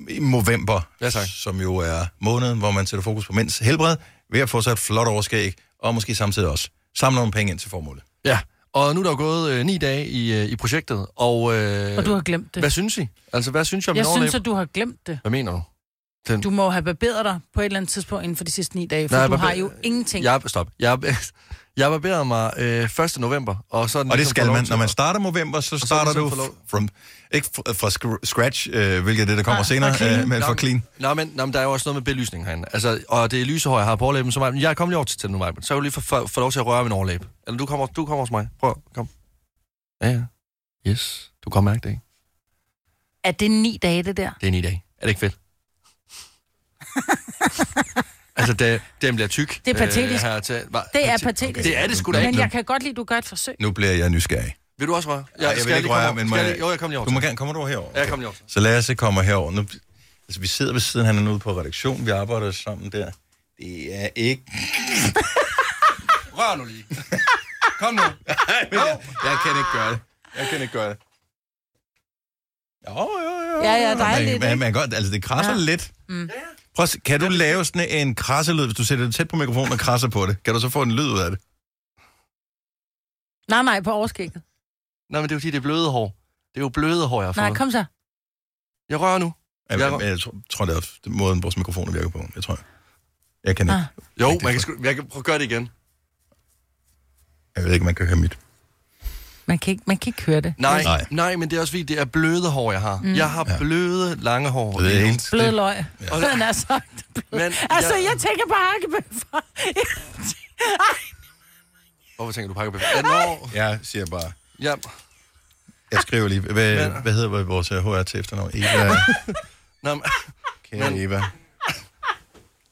S1: i november,
S3: Ja, tak.
S1: som jo er måneden, hvor man sætter fokus på mænds helbred, ved at få sig et flot overskæg, og måske samtidig også samle nogle penge ind til formålet.
S3: Ja, og nu er der jo gået øh, ni dage i, øh, i projektet, og... Øh,
S2: Og du har glemt det.
S3: Hvad synes I? Altså, hvad synes I om
S2: Jeg
S3: min
S2: synes,
S3: overlæbe?
S2: at du har glemt det.
S3: Hvad mener du? Den...
S2: Du må jo have barberet dig på et eller andet tidspunkt inden for de sidste ni dage, for
S3: Nej,
S2: Nej, du
S3: barber-
S2: har jo ingenting.
S3: Jeg, stop. Jeg, jeg barberede mig øh, 1. november, og så er den
S1: Og det
S3: ligesom
S1: skal
S3: fået lov
S1: man.
S3: til
S1: Når man
S3: at-
S1: starter november, så
S3: så
S1: starter
S3: ligesom
S1: du
S3: få lov-
S1: f- from, ikke fra, fra scr- scratch, øh, hvilket er det, der kommer
S3: Nej,
S1: senere,
S3: Ah. fra clean.
S1: øh, men
S3: Nå,
S1: fra clean.
S3: Nå, men, nå, men der er jo også noget med belysning herinde. Altså, og det er lysehår, jeg har på overlæben, så mig, jeg kommer lige over til til nu, Maja, så vil du lige få- få, få, lov til at røre min overlæbe. Eller du kommer, du kommer hos mig. Prøv, kom. Ja, ja. Yes, du kan godt mærke det, ikke?
S2: Er det ni dage, det der?
S3: Det er en i dag. Er det ikke fedt? altså, det, den bliver tyk. øh,
S2: Det er patetisk.
S3: her til, hva,
S2: Det er
S3: pati-
S2: patetisk.
S3: Det er det sgu da ikke.
S2: Men jeg kan godt lide, at du gør et forsøg.
S1: Nu bliver jeg nysgerrig.
S3: Vil du også røre?
S1: Ja, jeg, jeg
S3: skal
S1: vil ikke
S3: lige komme
S1: røre,
S3: over-
S1: men
S3: skal
S1: må
S3: jeg lige- Jo, jeg kommer lige over
S1: Du
S3: til
S1: må
S3: dig.
S1: gerne komme du herover.
S3: Ja, jeg kommer lige over til
S1: Så Lasse kommer herover. Nu, altså, vi sidder ved siden, han er ude på redaktion, vi arbejder sammen der. Det er ikke...
S3: dig. Rør nu lige. Kom nu.
S1: Men jeg, jeg kan ikke gøre det. Jeg kan ikke gøre det. Jo, jo, jo.
S2: Ja, ja, der er
S1: man,
S2: lidt,
S1: man,
S2: ikke?
S1: man kan godt, altså, det krasser ja. lidt.
S2: Mm.
S1: Prøv, at se, kan du lave sådan en krasselyd, hvis du sætter det tæt på mikrofonen og krasser på det? Kan du så få en lyd ud af det?
S2: Nej, nej, på overskægget.
S3: Nej, men det er jo fordi, det er bløde hår. Det er jo bløde hår, jeg har fået.
S2: Nej, kom så.
S3: Jeg rører nu.
S1: Jeg, jeg, jeg, jeg tror- tror, det er også den måde, vores mikrofoner virker på. Jeg tror, jeg kan ikke.
S3: Jo, man kan, sgu- jeg kan prøve at gøre det igen.
S1: Jeg ved ikke, om man kan høre mit.
S2: Man kan ikke, man kan ikke høre det. Altså,
S3: Nej,
S1: Nej.
S3: nej, nej, men det er også fordi, det er bløde hår, jeg har.
S2: Mm.
S3: Mm. Jeg har bløde, lange hår.
S1: Det er helt...
S2: Blød løg. Ja.
S3: Og-
S2: Den er sagt.
S3: Men
S2: Altså,
S3: jeg-
S2: jeg tænker på hakkebøffer.
S3: Hvorfor tænker du pakkebøf? Ja, nå,
S1: Jeg siger bare...
S3: ja.
S1: Jeg skriver lige, hvad, hvad hedder vores øh, HR til efternavn? Eva.
S3: Nå, men,
S1: Kære
S3: Men-
S1: Eva.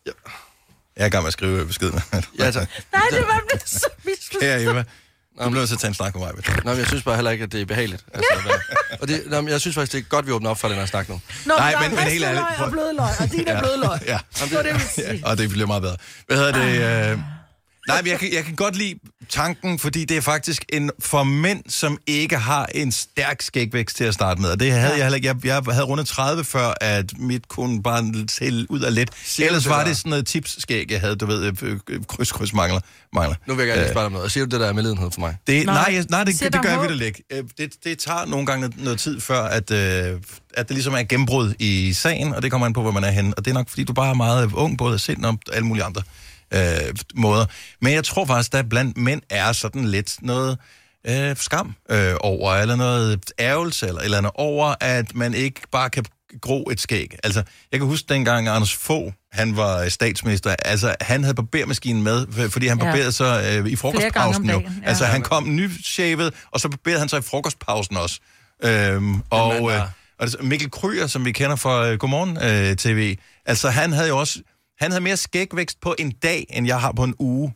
S1: Ja. Jeg er i gang med at skrive beskeden.
S3: ja, tak.
S2: Nej, det var blevet så
S1: Kære
S2: misforstået.
S1: Eva. Du bliver nødt til at tage en snak med mig. vel?
S3: Nå, men jeg synes bare heller ikke, at det er behageligt. Altså, hvad- og det, nå, men jeg synes faktisk, det er godt, vi åbner op for den her snak nu.
S2: Nå,
S1: Nej,
S2: der er
S1: men- men helt
S2: ristet
S1: ærligt,
S2: løg
S1: prøv-
S2: og bløde løg, og din er bløde løg.
S1: Ja.
S2: Det var det, jeg ville sige. Ah.
S1: ja. Og det bliver meget bedre. Hvad hedder det? Øh... Nej, men jeg kan, jeg kan godt lide tanken, fordi det er faktisk en for mænd, som ikke har en stærk skægvækst til at starte med. Og det havde jeg heller ikke. Jeg, jeg havde rundet 30 før, at mit kunne bare til ud af lidt.
S3: du
S1: Ellers
S3: det
S1: var
S3: der?
S1: det sådan noget tipsskæg, jeg havde, du ved, øh, øh, kryds, kryds mangler. mangler. Øh.
S3: Nu vil jeg gerne lige spørge dig om noget. Og siger du det der er medlidenhed for mig?
S1: Det, nej,
S2: Nej.
S1: nej, jeg, nej det,
S2: Sæt
S1: det,
S2: dig
S1: gør jeg
S2: håb.
S1: ved det ikke. Øh, Det, det tager nogle gange noget- noget tid før, at, øh, at det ligesom er et gennembrud i sagen, og det kommer an på, hvor man er henne. Og det er nok, fordi du bare er meget ung, både af sind og alle mulige andre øh, måder. Men jeg tror faktisk, at blandt mænd er sådan lidt noget øh, skam øh, over, eller noget ærgelse, eller et eller andet over, at man ikke bare kan gro et skæg. Altså, jeg kan huske dengang Anders Fogh, han var øh, statsminister, altså han havde barbermaskinen med, f- fordi han
S2: Ja.
S1: barberede sig øh, i frokostpausen
S2: gange
S1: jo.
S2: om dagen, ja.
S1: Altså han kom nyshavet, og så barberede han sig i frokostpausen også. Øhm,
S3: mand
S1: og, øh,
S3: var-
S1: og så Mikkel Kryer, som vi kender fra øh, Godmorgen øh, TV, altså han havde jo også, han havde mere skægvækst på en dag, end jeg har på en uge.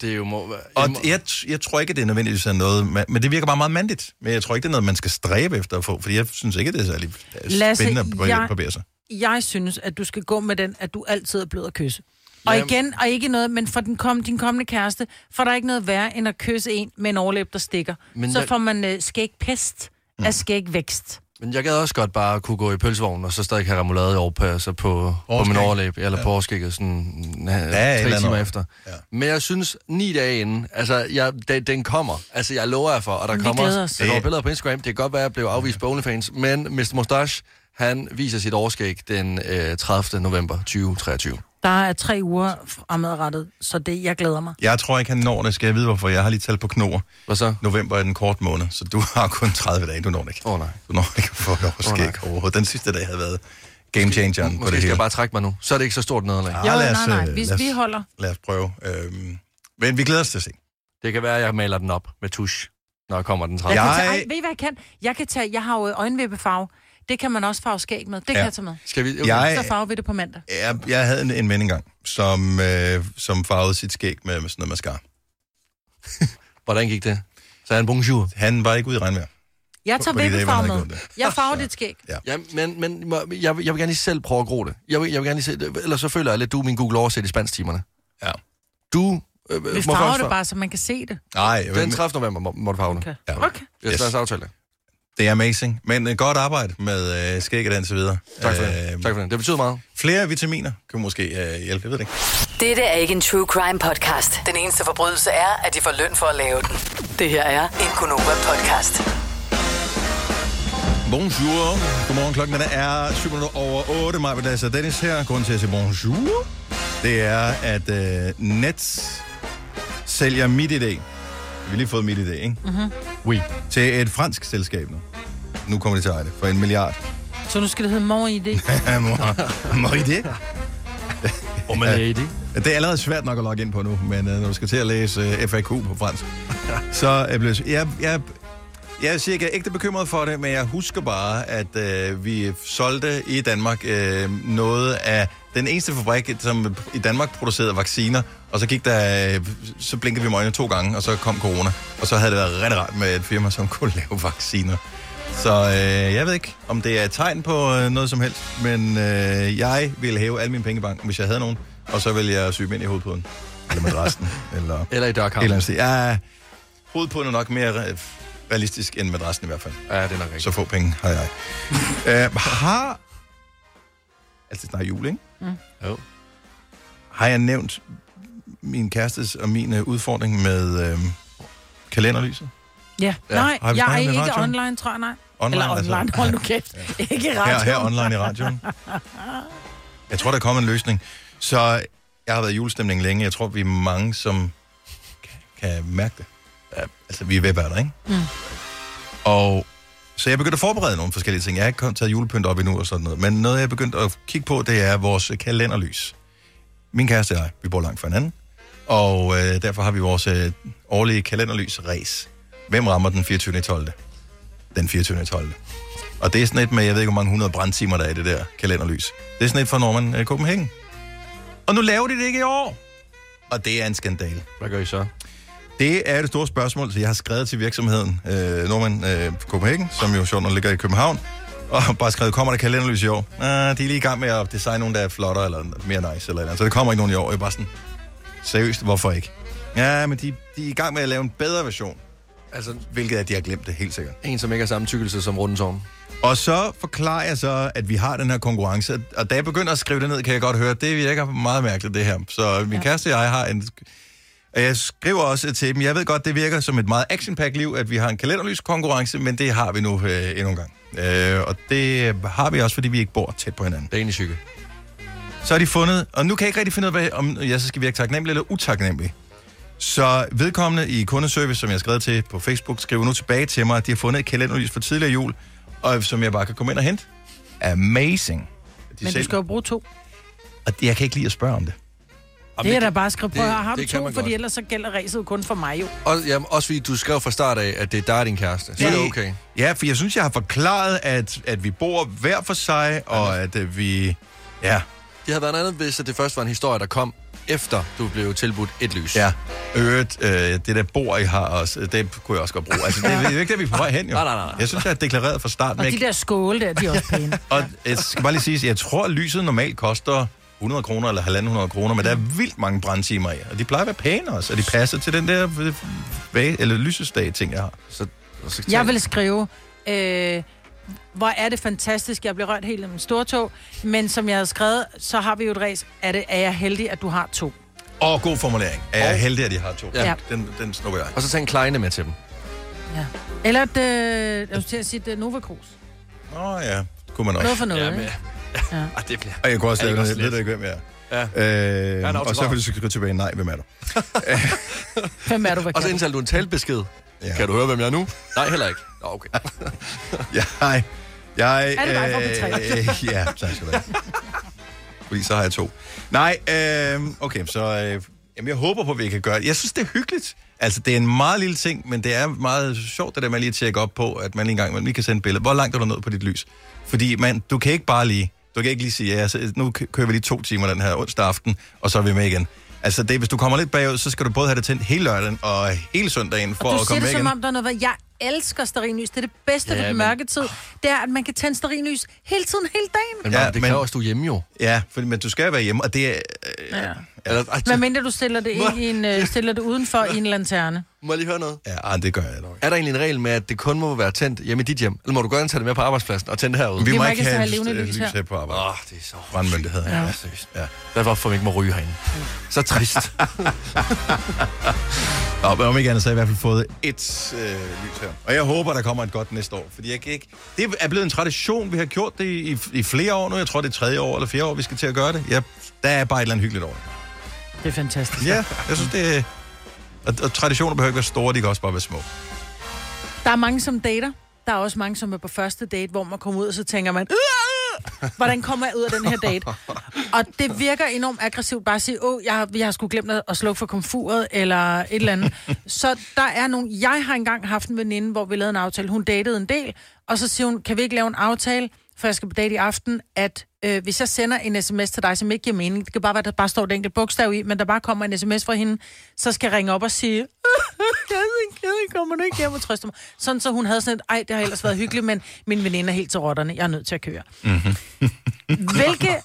S3: Det er jo må...
S1: Og jeg, jeg tror ikke, det er nødvendigvis er noget, man, men det virker bare meget mandigt. Men jeg tror ikke, det er noget, man skal stræbe efter at få, fordi jeg synes ikke, det er særlig øh,
S2: Lasse,
S1: spændende at
S2: jeg-
S1: jeg... barbere sig.
S2: Jeg synes, at du skal gå med den, at du altid er blød at kysse. Og igen, og ikke noget, men for den kom, din kommende kæreste, for der er ikke noget værre, end at kysse en med en overlæb, der stikker.
S3: Men
S2: Men så
S3: jeg-
S2: får man øh, skægpest mm. af skægvækst.
S3: Men jeg gad også godt bare kunne gå i pølsevognen, og så stadig have remoulade over så på, på min
S1: Overskæg.
S3: overlæb, eller
S1: Ja.
S3: ja. på overskægget, sådan ja,
S1: et
S3: tre
S1: eller
S3: timer
S1: andet.
S3: efter. Ja. Men jeg synes, ni dage inden, altså, jeg, den, den kommer. Altså, jeg lover jer for, og der
S1: Vi
S3: kommer,
S1: glæder
S3: også,
S1: os.
S3: der kommer billeder på Instagram. Det kan godt være, at jeg blev afvist på OnlyFans, men Mr. Mustache, han viser sit overskæg den øh, 30. november 2023.
S2: Der er tre uger fremadrettet, så det, jeg glæder mig.
S1: Jeg tror ikke, han når det. Skal jeg vide, hvorfor? Jeg har lige talt på knor.
S3: Hvad så?
S1: November er den kort måned, så du har kun 30 dage. Du når det ikke.
S3: Åh oh, nej.
S1: Du når ikke at få et overskæg oh, overhovedet. Den sidste dag havde været game changeren
S3: Måske
S1: på det
S3: skal
S1: hele.
S3: jeg bare trække mig nu. Så er det ikke så stort nederlag.
S1: Ah, lad os,
S2: nej, nej,
S1: øh,
S2: vi-
S1: lad os-
S2: vi holder.
S1: Lad os prøve. Øhm, men vi glæder os til at se.
S3: Det kan være, at jeg maler den op med tusch, når jeg kommer den 30.
S2: Jeg, jeg... Kan tage, ej, ved I, hvad jeg kan? Jeg, kan tage, jeg har jo øjenvippefarve. Det kan man også farve skæg med. Det ja.
S1: Ja.
S2: kan jeg tage med.
S3: Skal vi...
S1: Jeg- Øh,
S2: Så farver vi det på mandag.
S1: Jeg, jeg havde en, en ven engang, som, øh, som farvede sit skæg med, med sådan noget mascara.
S3: Hvordan gik det? Så han bonjour.
S1: Han var ikke ude i regnvejr.
S2: Jeg
S1: På-
S2: tager
S1: på de dage, hvor
S2: vippefarve
S1: han havde
S2: med. Jeg farver dit skæg.
S1: Ja.
S3: ja men, men må- jeg, vil- jeg vil gerne lige selv prøve at gro det. Jeg vil, jeg vil gerne lige se det. Ellers så føler jeg lidt, du er min Google oversæt i spansktimerne.
S1: Ja.
S3: Du... Øh,
S2: Vi farver det bare, så man kan se det.
S1: Nej, jeg
S3: Den 30. november må, må du farve okay.
S1: Ja.
S2: Okay.
S3: Yes. Lad os aftale det.
S1: Det er amazing. Men øh, godt arbejde med øh, skægget og så videre. Øh,
S3: Tak for det. Tak for det. Det betyder meget.
S1: Flere vitaminer kan måske øh, hjælpe. Jeg ved det ikke.
S4: Dette er ikke en true crime podcast. Den eneste forbrydelse er, at de får løn for at lave den. Det her er en Gunova-podcast.
S1: Bonjour. Godmorgen. Klokken den er 7 minutter over 8. Maja Lasse og Dennis her. Grunden til at sige bonjour, det er, at øh, Nets sælger midt i dag. Vi har lige fået midt i dag, ikke?
S2: Mm-hmm.
S1: Oui. Til et fransk selskab nu. Nu kommer de til at eje det for en milliard.
S2: Så nu skal det hedde morgen-ID.
S1: Mor- Må I det? Må man
S3: i det?
S1: Det er allerede svært nok at logge ind på nu, men øh, når du skal til at læse øh, FAQ på fransk, så øh, bliver jeg, jeg, jeg er cirka ægte bekymret for det, men jeg husker bare, at øh, vi solgte i Danmark øh, noget af den eneste fabrik, som i Danmark producerede vacciner, og så gik der, øh, så blinkede vi med øjnene to gange, og så kom corona, og så havde det været rigtig rart med et firma, som kunne lave vacciner. Så øh, jeg ved ikke, om det er et tegn på øh, noget som helst, men øh, jeg ville hæve alle mine penge i banken, hvis jeg havde nogen, og så ville jeg syge dem ind i hovedpuden, eller madrassen, eller...
S3: Eller i
S1: Et eller
S3: dørkampen.
S1: andet sted. Ja, hovedpuden er nok mere øh, realistisk end madrassen i hvert fald.
S3: Ja, det er nok rigtigt.
S1: Så få penge har jeg. øh, har... Altså, det er snart jul, ikke?
S2: Mm.
S3: Jo.
S1: Har jeg nævnt min kærestes og min øh, udfordring med øh, kalenderlyset?
S2: Ja.
S1: Ja.
S2: Nej,
S1: Har vi
S2: jeg er
S1: snakket med
S2: ikke
S1: radioen?
S2: online, tror jeg, nej.
S1: Online,
S2: Eller
S1: altså.
S2: online, altså. hold nu kæft. Ja. Ikke i
S1: Her,
S2: radioen.
S1: her online i radioen. Jeg tror, der kommer en løsning. Så jeg har været i julestemning længe. Jeg tror, vi er mange, som kan, kan mærke det. Ja, altså, vi er ved at være der, ikke?
S13: Mm.
S1: Og så jeg begyndte at forberede nogle forskellige ting. Jeg har ikke kun taget julepynt op endnu og sådan noget. Men noget, jeg er begyndt at kigge på, det er vores kalenderlys. Min kæreste og jeg, vi bor langt fra hinanden. Og øh, derfor har vi vores øh, årlige kalenderlys-race. Hvem rammer den 24. 12. Den 24. 12. Og det er sådan et med, jeg ved ikke, hvor mange hundrede brandtimer der er i det der kalenderlys. Det er sådan et fra Norman øh, Copenhagen. Og nu laver de det ikke i år. Og det er en skandale.
S3: Hvad gør I så?
S1: Det er et stort spørgsmål, så jeg har skrevet til virksomheden øh, Norman øh, Copenhagen, som jo sjovt nok ligger i København, og bare skrevet, kommer der kalenderlys i år? Ah, de er lige i gang med at designe nogle, der er flottere eller mere nice. Eller, et eller andet. Så det kommer ikke nogen i år. Jeg er bare sådan, seriøst, hvorfor ikke? Ja, men de, de er i gang med at lave en bedre version.
S3: Altså,
S1: hvilket er, at de har glemt det helt sikkert.
S3: En, som ikke har samme tykkelse som rundetårn.
S1: Og så forklarer jeg så, at vi har den her konkurrence. Og da jeg begynder at skrive det ned, kan jeg godt høre, at det virker meget mærkeligt, det her. Så min ja. kæreste og jeg har en... Og jeg skriver også til dem, jeg ved godt, det virker som et meget action liv, at vi har en kalenderlys konkurrence, men det har vi nu øh, endnu en gang. Øh, og det har vi også, fordi vi ikke bor tæt på hinanden.
S3: Det er egentlig syge.
S1: Så har de fundet, og nu kan jeg ikke rigtig finde ud af, hvad- om jeg så skal virke taknemmelig eller utaknemmelig. Så vedkommende i kundeservice, som jeg har skrevet til på Facebook, skriver nu tilbage til mig, at de har fundet et kalenderlys for tidligere jul, og som jeg bare kan komme ind og hente. Amazing. De
S2: Men du skal jo bruge to.
S1: Og jeg kan ikke lide at spørge om det.
S2: Det er da bare at skrive på,
S3: det-
S2: at har du
S3: det kan
S2: to,
S3: man
S2: fordi
S3: godt.
S2: ellers så gælder ræset jo kun for mig jo.
S3: Og, jamen, også fordi du skrev fra start af, at det er dig og din kæreste. Så er det okay.
S1: Ja, for jeg synes, jeg har forklaret, at, at vi bor hver for sig, og at øh, vi... Ja,
S3: Det havde været noget andet, hvis at det først var en historie, der kom efter du blev tilbudt et lys.
S1: Ja. Øvrigt, øh, det der bord, I har også, øh, det kunne jeg også godt bruge. Altså, det, er- det er ikke der, vi er på vej hen, jo.
S3: Nej, nej, nej, nej.
S1: Jeg synes, jeg har deklareret fra starten.
S2: Og
S1: men
S2: de
S1: jeg-
S2: der skåle der, de er også pæne.
S1: Og øh, jeg skal bare lige sige, jeg tror, at lyset normalt koster 100 kroner eller 1.500 kroner, men der er vildt mange brandtimer i, og de plejer at være pæne også, og de passer til den der øh, vage- eller lysestage-ting, jeg har.
S3: Så, så
S2: Jeg vil skrive, øh, hvor er det fantastisk, jeg blev rørt helt af min stortog, men som jeg havde skrevet, så har vi jo et race, er, det, er jeg heldig, at du har to.
S1: Og god formulering. Er jeg heldig, at de har to?
S2: Ja.
S1: Den, den snupper jeg.
S3: Og så tag en kleine med til dem.
S2: Eller et, øh, jeg skulle til at sige, det er Nova Cruz.
S1: Åh oh, ja, kunne man også.
S2: Noget for noget,
S1: Ja, men... ja.
S2: ikke?
S3: Ej, Ah, det bliver...
S1: Og jeg kunne
S3: Er
S1: også
S3: det ikke
S1: lave noget,
S3: også
S1: ved du
S3: lidt?
S1: ikke, hvem jeg
S3: Ja.
S1: er?
S3: Ja, en
S1: Øh, og så
S3: autograf.
S1: vil du skrive tilbage, nej, hvem er du?
S2: Hvem er du, hvad
S3: Og så
S2: kan du?
S3: indtalte du en talbesked.
S1: Ja.
S3: Kan du høre, hvem jeg er nu? Nej, heller ikke. Nå, okay.
S1: Ja, hej. Jeg,
S3: Er det dig fra P3?
S1: øh, Ja, tak skal du have. Fordi så har jeg to. Nej, øh, okay, så... Øh, jamen, jeg håber på, at vi kan gøre det. Jeg synes, det er hyggeligt. Altså, det er en meget lille ting, men det er meget sjovt, det der med lige at tjekke op på, at man lige en gang imellem lige kan sende et billede. Hvor langt er du nået på dit lys? Fordi, man, du kan ikke bare lige... Du kan ikke lige sige, ja, så nu kø- kører vi lige to timer den her onsdag aften, og så er vi med igen. Altså, det, hvis du kommer lidt bagud, så skal du både have det tændt hele lørdagen og hele søndagen for
S2: Og du
S1: at
S2: siger
S1: komme
S2: det,
S1: med igen.
S2: som om der er noget, hvad jeg elsker sterinlys. Det er det bedste
S1: Ja,
S2: ja, ved
S1: men-
S2: den mørke tid. Det er, at man kan tænde sterinlys hele tiden, hele dagen.
S1: Men, ja, det men, kræver
S3: også, du er hjemme jo.
S1: Ja, for, men du skal være hjemme, og det er... Øh,
S2: Ja.
S1: Eller, ej,
S2: Hvad mindre du stiller det, ind i en, øh, stiller det udenfor i en lanterne?
S3: Må jeg lige høre noget?
S1: Ja, ej, det gør jeg nok.
S3: Er der egentlig en regel med, at det kun må være tændt hjemme i dit hjem? Eller må du gerne tage det med på arbejdspladsen og tænde det herude?
S1: Vi må Vi må ikke ikke have have levende lys lys her. her på arbejde.
S3: Åh, det er så...
S1: Brandmyndigheden.
S3: Ja,
S1: Ja.
S3: seriøst.
S1: Ja.
S3: Derfor får vi ikke må ryge herinde. Så trist.
S1: Nå, men om ikke andet, så har jeg i hvert fald fået et øh, lys her. Og jeg håber, der kommer et godt næste år, fordi jeg kan ikke... Det er blevet en tradition, vi har gjort det i, i, i flere år nu. Jeg tror, det er tredje år eller fjerde år, vi skal til at gøre det. Ja, der er bare et eller andet hyggeligt over det.
S2: Det er fantastisk.
S1: Ja, jeg synes, det er... Og, og traditioner behøver ikke være store, de kan også bare være små.
S2: Der er mange, som dater. Der er også mange, som er på første date, hvor man kommer ud, og så tænker man, "Øh, hvordan kommer jeg ud af den her date? Og det virker enormt aggressivt bare at sige, åh, jeg, har- jeg har sgu glemt at at slukke for komfuret, eller et eller andet. Så der er nogle... Jeg har engang haft en veninde, hvor vi lavede en aftale. Hun datede en del, og så siger hun, kan vi ikke lave en aftale, for jeg skal på date i aften, at øh, hvis jeg sender en sms til dig, som ikke giver mening, det kan bare være, at der bare står et enkelt bogstav i, men der bare kommer en sms fra hende, så skal jeg ringe op og sige, Kæden, kæden, kommer du ikke hjem og trøster mig? Sådan så hun havde sådan et, ej, det har ellers været hyggeligt, men min veninde er helt til rotterne, jeg er nødt til at køre.
S1: Mm-hmm.
S2: Hvilke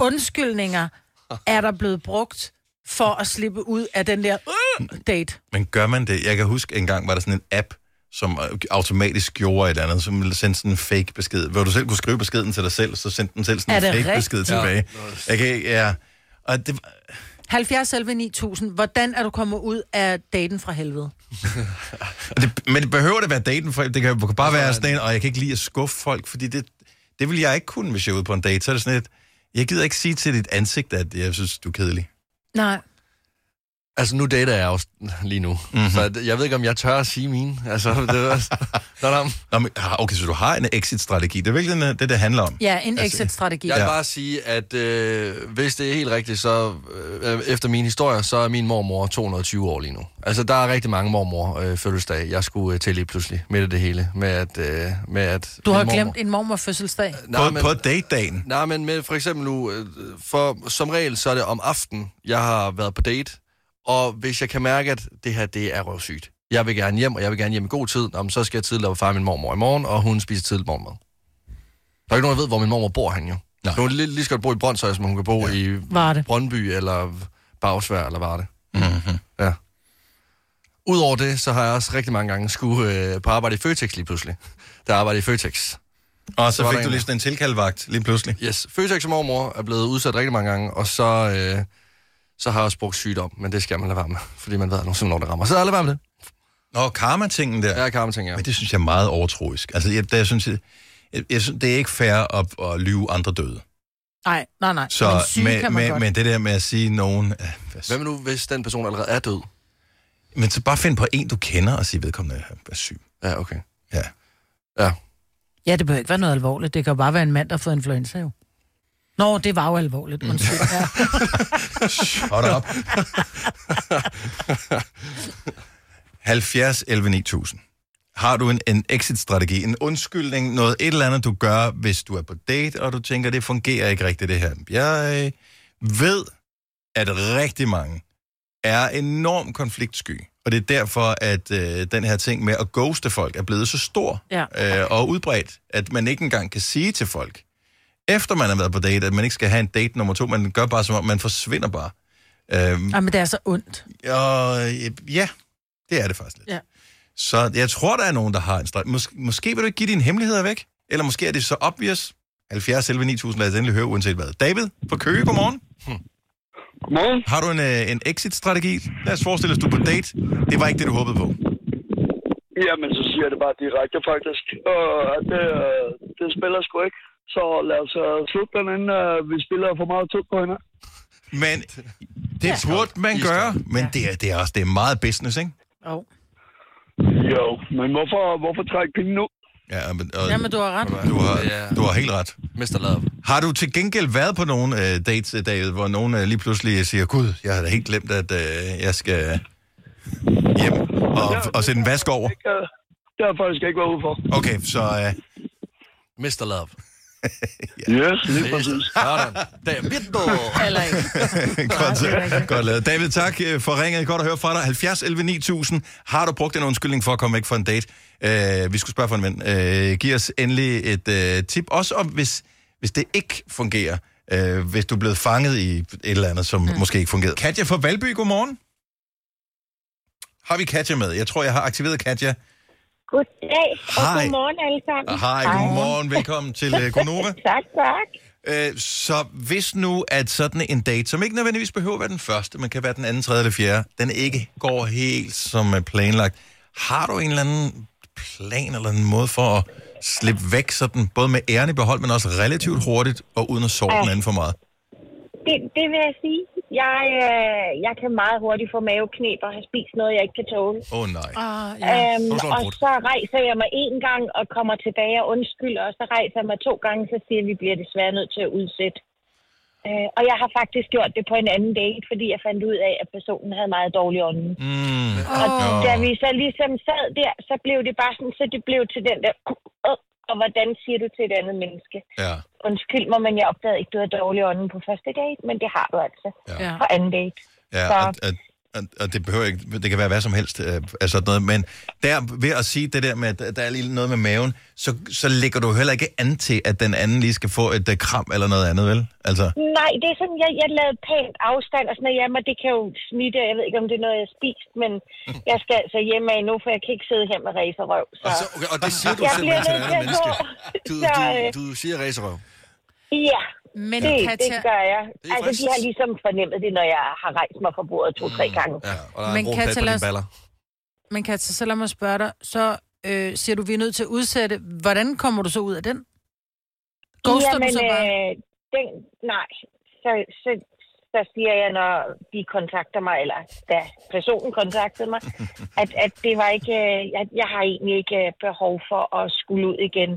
S2: undskyldninger er der blevet brugt for at slippe ud af den der øh, date?
S1: Men gør man det? Jeg kan huske, engang var der sådan en app, som øh, automatisk gjorde et eller andet, som ville sende sådan en fake besked. Hvor du selv kunne skrive beskeden til dig selv, så sendte den selv
S2: Er
S1: sådan en
S2: det
S1: fake
S2: rigtigt?
S1: besked
S2: Ja.
S1: tilbage. Jeg kan ikke, ja. Og det,
S2: 70 11 9000, hvordan er du kommet ud af daten fra helvede?
S1: og det, men det behøver det være daten, for det kan jo bare være sådan en, og jeg kan ikke lide at skuffe folk, fordi det, det vil jeg ikke kunne, hvis jeg er ude på en date. Så er det sådan et, jeg gider ikke sige til dit ansigt, at jeg synes, du er kedelig.
S2: Nej.
S3: Altså, nu dater jeg jo st- lige nu.
S1: Mhm.
S3: Mm-hmm. Så at- jeg ved ikke, om jeg tør at sige mine. Altså, det er også... Nå, nå.
S1: Nå, men, ah, okay, så du har en exit-strategi. Det er virkelig den, øh, det, det handler om.
S2: Ja, en exit-strategi.
S3: Jeg vil
S2: Ja.
S3: bare sige, at øh, hvis det er helt rigtigt, så øh, efter mine historier, så er min mormor 220 år lige nu. Altså, der er rigtig mange mormor øh, fødselsdag, jeg skulle øh, til lige pludselig midt i det hele. Med at, øh, med at
S2: Du
S3: min
S2: har
S3: mormor-
S2: glemt en mormor fødselsdag.
S1: date-dagen?
S3: Nej, men med, for eksempel nu, øh, for, som regel så er det om aftenen, jeg har været på date, og hvis jeg kan mærke, at det her, det er røvsygt. Jeg vil gerne hjem, og jeg vil gerne hjem i god tid, Nå, men så skal jeg tidligere op og fejre min mormor i morgen, og hun spiser tidligt morgenmad. Der er ikke nogen, der ved, hvor min mormor bor, han jo. Nej. Hun kan lige, lige så godt bo i Brøndshøj, som hun kan bo ja. i
S2: Varde.
S3: Brøndby, eller Bagsvær, eller Varde. Mm-hmm. Ja. Udover det, så har jeg også rigtig mange gange skulle øh, på arbejde i Føtex lige pludselig. Der arbejder i Føtex.
S1: Og så
S3: var
S1: fik
S3: der
S1: du
S3: en-
S1: lige sådan en tilkaldvagt, lige pludselig.
S3: Yes, Føtex og mormor er blevet udsat rigtig mange gange, og så, øh, så har jeg også brugt sygdom, men det skal man lade være med, fordi man ved, at der er simpelthen nogen, der rammer. Så lad være med det.
S1: Nå, karma-tingen der.
S3: Ja, karma-tingen, ja.
S1: Men det synes jeg er meget overtroisk. Altså, jeg, det, jeg synes, jeg, jeg, jeg synes, det er ikke fair at, at lyve andre døde.
S2: Nej, nej, nej.
S1: Så,
S2: men syge
S1: men,
S2: kan man
S1: men,
S2: godt.
S1: men det der med at sige nogen... øh,
S3: Hvad med nu, hvis den person allerede er død?
S1: Men så bare find på en, du kender, og sige, vedkommende er syg.
S3: Ja, okay.
S1: Ja.
S3: Ja.
S2: Ja, det behøver ikke være noget alvorligt. Det kan jo bare være en mand, der har fået influenza jo. Nå, det var jo alvorligt. Undskyld. Ja.
S1: Hold da op. 70 11 9000. Har du en, en exit-strategi, en undskyldning, noget et eller andet, du gør, hvis du er på date, og du tænker, det fungerer ikke rigtigt det her. Jeg ved, at rigtig mange er enormt konfliktsky. Og det er derfor, at øh, den her ting med at ghoste folk er blevet så stor
S2: Ja.
S1: øh, og udbredt, at man ikke engang kan sige til folk, efter man har været på date, at man ikke skal have en date nummer to. Man gør bare som om, man forsvinder bare. Øhm,
S2: Jamen, det er så ondt.
S1: og, øh, ja, det er det faktisk lidt.
S2: Ja.
S1: Så jeg tror, der er nogen, der har en strategi. Mås- måske vil du ikke give dine hemmeligheder væk, eller måske er det så obvious. 70 11 9000, lad os endelig høre, uanset hvad. David fra Køge, godmorgen.
S13: Godmorgen.
S1: Har du en, øh, en exit-strategi? Lad os forestille os, du er på date. Det var ikke det, du håbede på.
S13: Jamen, så siger jeg det bare direkte, faktisk. Og at det, øh, det spiller sgu ikke. Så lad os øh, slutte den, inden øh, vi spiller for meget tid på hende.
S1: Men det ja. burde man gøre, men det er, det er også det er meget business, ikke?
S2: Jo.
S13: Jo, men hvorfor, hvorfor trække penge nu?
S1: Ja, men, og,
S2: Jamen, du har ret.
S1: Du har, du har helt ret.
S3: Mr. Love.
S1: Har du til gengæld været på nogle øh, dates, øh, David, hvor nogen øh, lige pludselig siger, Gud, jeg har da helt glemt, at øh, jeg skal hjem og, og sætte en vask over?
S13: Det har jeg faktisk ikke været ude for.
S1: Okay, så... Øh,
S3: Mr. Love.
S13: Yes, lige præcis.
S3: Sådan. David.
S2: Eller ikke.
S1: godt, øh, godt lavet. David, tak øh, for ringet. Godt at høre fra dig. 70 11 9000. Har du brugt en undskyldning for at komme væk fra en date? Øh, vi skulle spørge for en ven. Øh, giv os endelig et øh, tip. Også om, hvis, hvis det ikke fungerer. Øh, hvis du er blevet fanget i et eller andet, som mm. måske ikke fungerede. Katja fra Valby, godmorgen. Har vi Katja med? Jeg tror, jeg har aktiveret Katja.
S14: Goddag, og
S1: Hej. Ah,
S14: godmorgen alle sammen.
S1: Hej, godmorgen. Velkommen til øh, Gonova.
S14: tak, tak.
S1: Øh, så hvis nu, at sådan en date, som ikke nødvendigvis behøver at være den første, men kan være den anden, tredje eller fjerde, den ikke går helt som øh, planlagt, har du en eller anden plan eller en måde for at slippe væk sådan, både med æren i behold, men også relativt hurtigt, og uden at sove den anden for meget?
S14: Det, det vil jeg sige. Jeg, øh, jeg kan meget hurtigt få maveknep og have spist noget, jeg ikke kan tåle.
S1: Åh oh, nej.
S14: Ah,
S1: ja.
S14: øhm,
S1: Så slår du
S14: og
S1: brudt.
S14: så rejser jeg mig en gang og kommer tilbage og undskylder, og så rejser jeg mig to gange, så siger jeg, at vi bliver desværre nødt til at udsætte. Øh, og jeg har faktisk gjort det på en anden date, fordi jeg fandt ud af, at personen havde meget dårlig ånden.
S1: Mm.
S14: Og
S1: Nå.
S14: da vi så ligesom sad der, så blev det bare sådan, så det blev til den der, "Åh, og hvordan siger du til et andet menneske?
S1: Ja.
S14: Undskyld mig, men jeg opdagede ikke, du havde dårlig ånden på første date, men det har du altså
S1: Ja.
S14: på anden date.
S1: Ja,
S14: Så,
S1: og, og, og, og det behøver ikke, det kan være hvad som helst øh, af sådan noget, men der ved at sige det der med, at der- der er lige noget med maven, så, så lægger du heller ikke an til, at den anden lige skal få et øh, kram eller noget andet, vel? Altså,
S14: nej, det er sådan, jeg, jeg lavede pænt afstand og sådan noget hjemme, og det kan jo smitte, jeg ved ikke, om det er noget, jeg har spist, men jeg skal altså hjemme af nu, for jeg kan ikke sidde her med racerøv. Så.
S3: Og, så, okay, og det siger du
S14: Jeg bliver
S3: simpelthen til et
S14: nødt
S3: andet
S14: til
S3: menneske.
S14: at
S3: Du,
S14: Så, øh.
S3: du, du siger racerøv.
S14: Ja,
S2: Men
S14: det, det
S2: Katja-
S14: gør jeg.
S2: Det er
S14: Altså, de
S2: friskt.
S14: har ligesom fornemmet det, når jeg har rejst mig fra bordet to-tre gange.
S3: Ja, og
S2: Mm. der er Men en brun Katja, plet på lad dine os- baller. Men Katja, så lad mig spørge dig, så øh, siger du, vi er nødt til at udsætte. Hvordan kommer du så ud af den? Ghoster du så bare?
S14: Øh, den, nej, så, så, så siger jeg, når de kontakter mig, eller da personen kontaktede mig, at, at det var ikke, øh, jeg, jeg har egentlig ikke øh, behov for at skulle ud igen.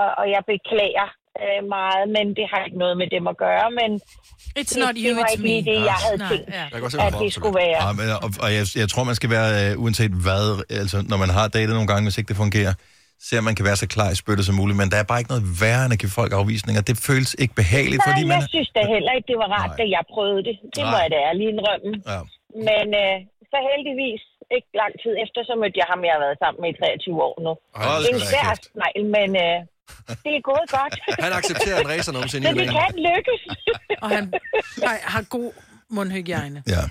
S14: Og, og jeg beklager øh, meget, men det har ikke noget med dem at gøre, men
S2: It's
S14: det,
S2: not you,
S14: det var
S2: it's
S14: ikke lige
S2: me.
S14: det, jeg
S2: Nej,
S14: havde
S2: nej,
S14: tænkt,
S2: ja. Jeg
S3: kan godt se, hvor
S14: at
S3: du
S14: det
S3: har
S14: skulle være.
S1: ja, men, og, og jeg, jeg tror, man skal være, øh, uanset hvad, altså, når man har datet nogle gange, hvis ikke det fungerer, så man kan være så klar i spyttet som muligt, men der er bare ikke noget værre end at give folk afvisninger. Det føles ikke behageligt,
S14: Nej,
S1: fordi man...
S14: jeg synes da heller ikke, det var rart, da jeg prøvede det. Det må
S1: Nej.
S14: jeg da ærligt indrømme.
S1: Ja.
S14: Men øh, så heldigvis, ikke lang tid efter, så mødte jeg ham, jeg har været sammen med i 23 år nu.
S3: Ej, det skal
S14: en
S3: da
S14: svær
S3: kæft.
S14: snegl, men øh, det er gået godt.
S3: Han accepterer en racer nogensinde
S14: øh, Men
S3: i
S14: det
S3: dag.
S14: kan lykkes.
S2: Og han nej, har god mundhygiejne.
S1: Ja.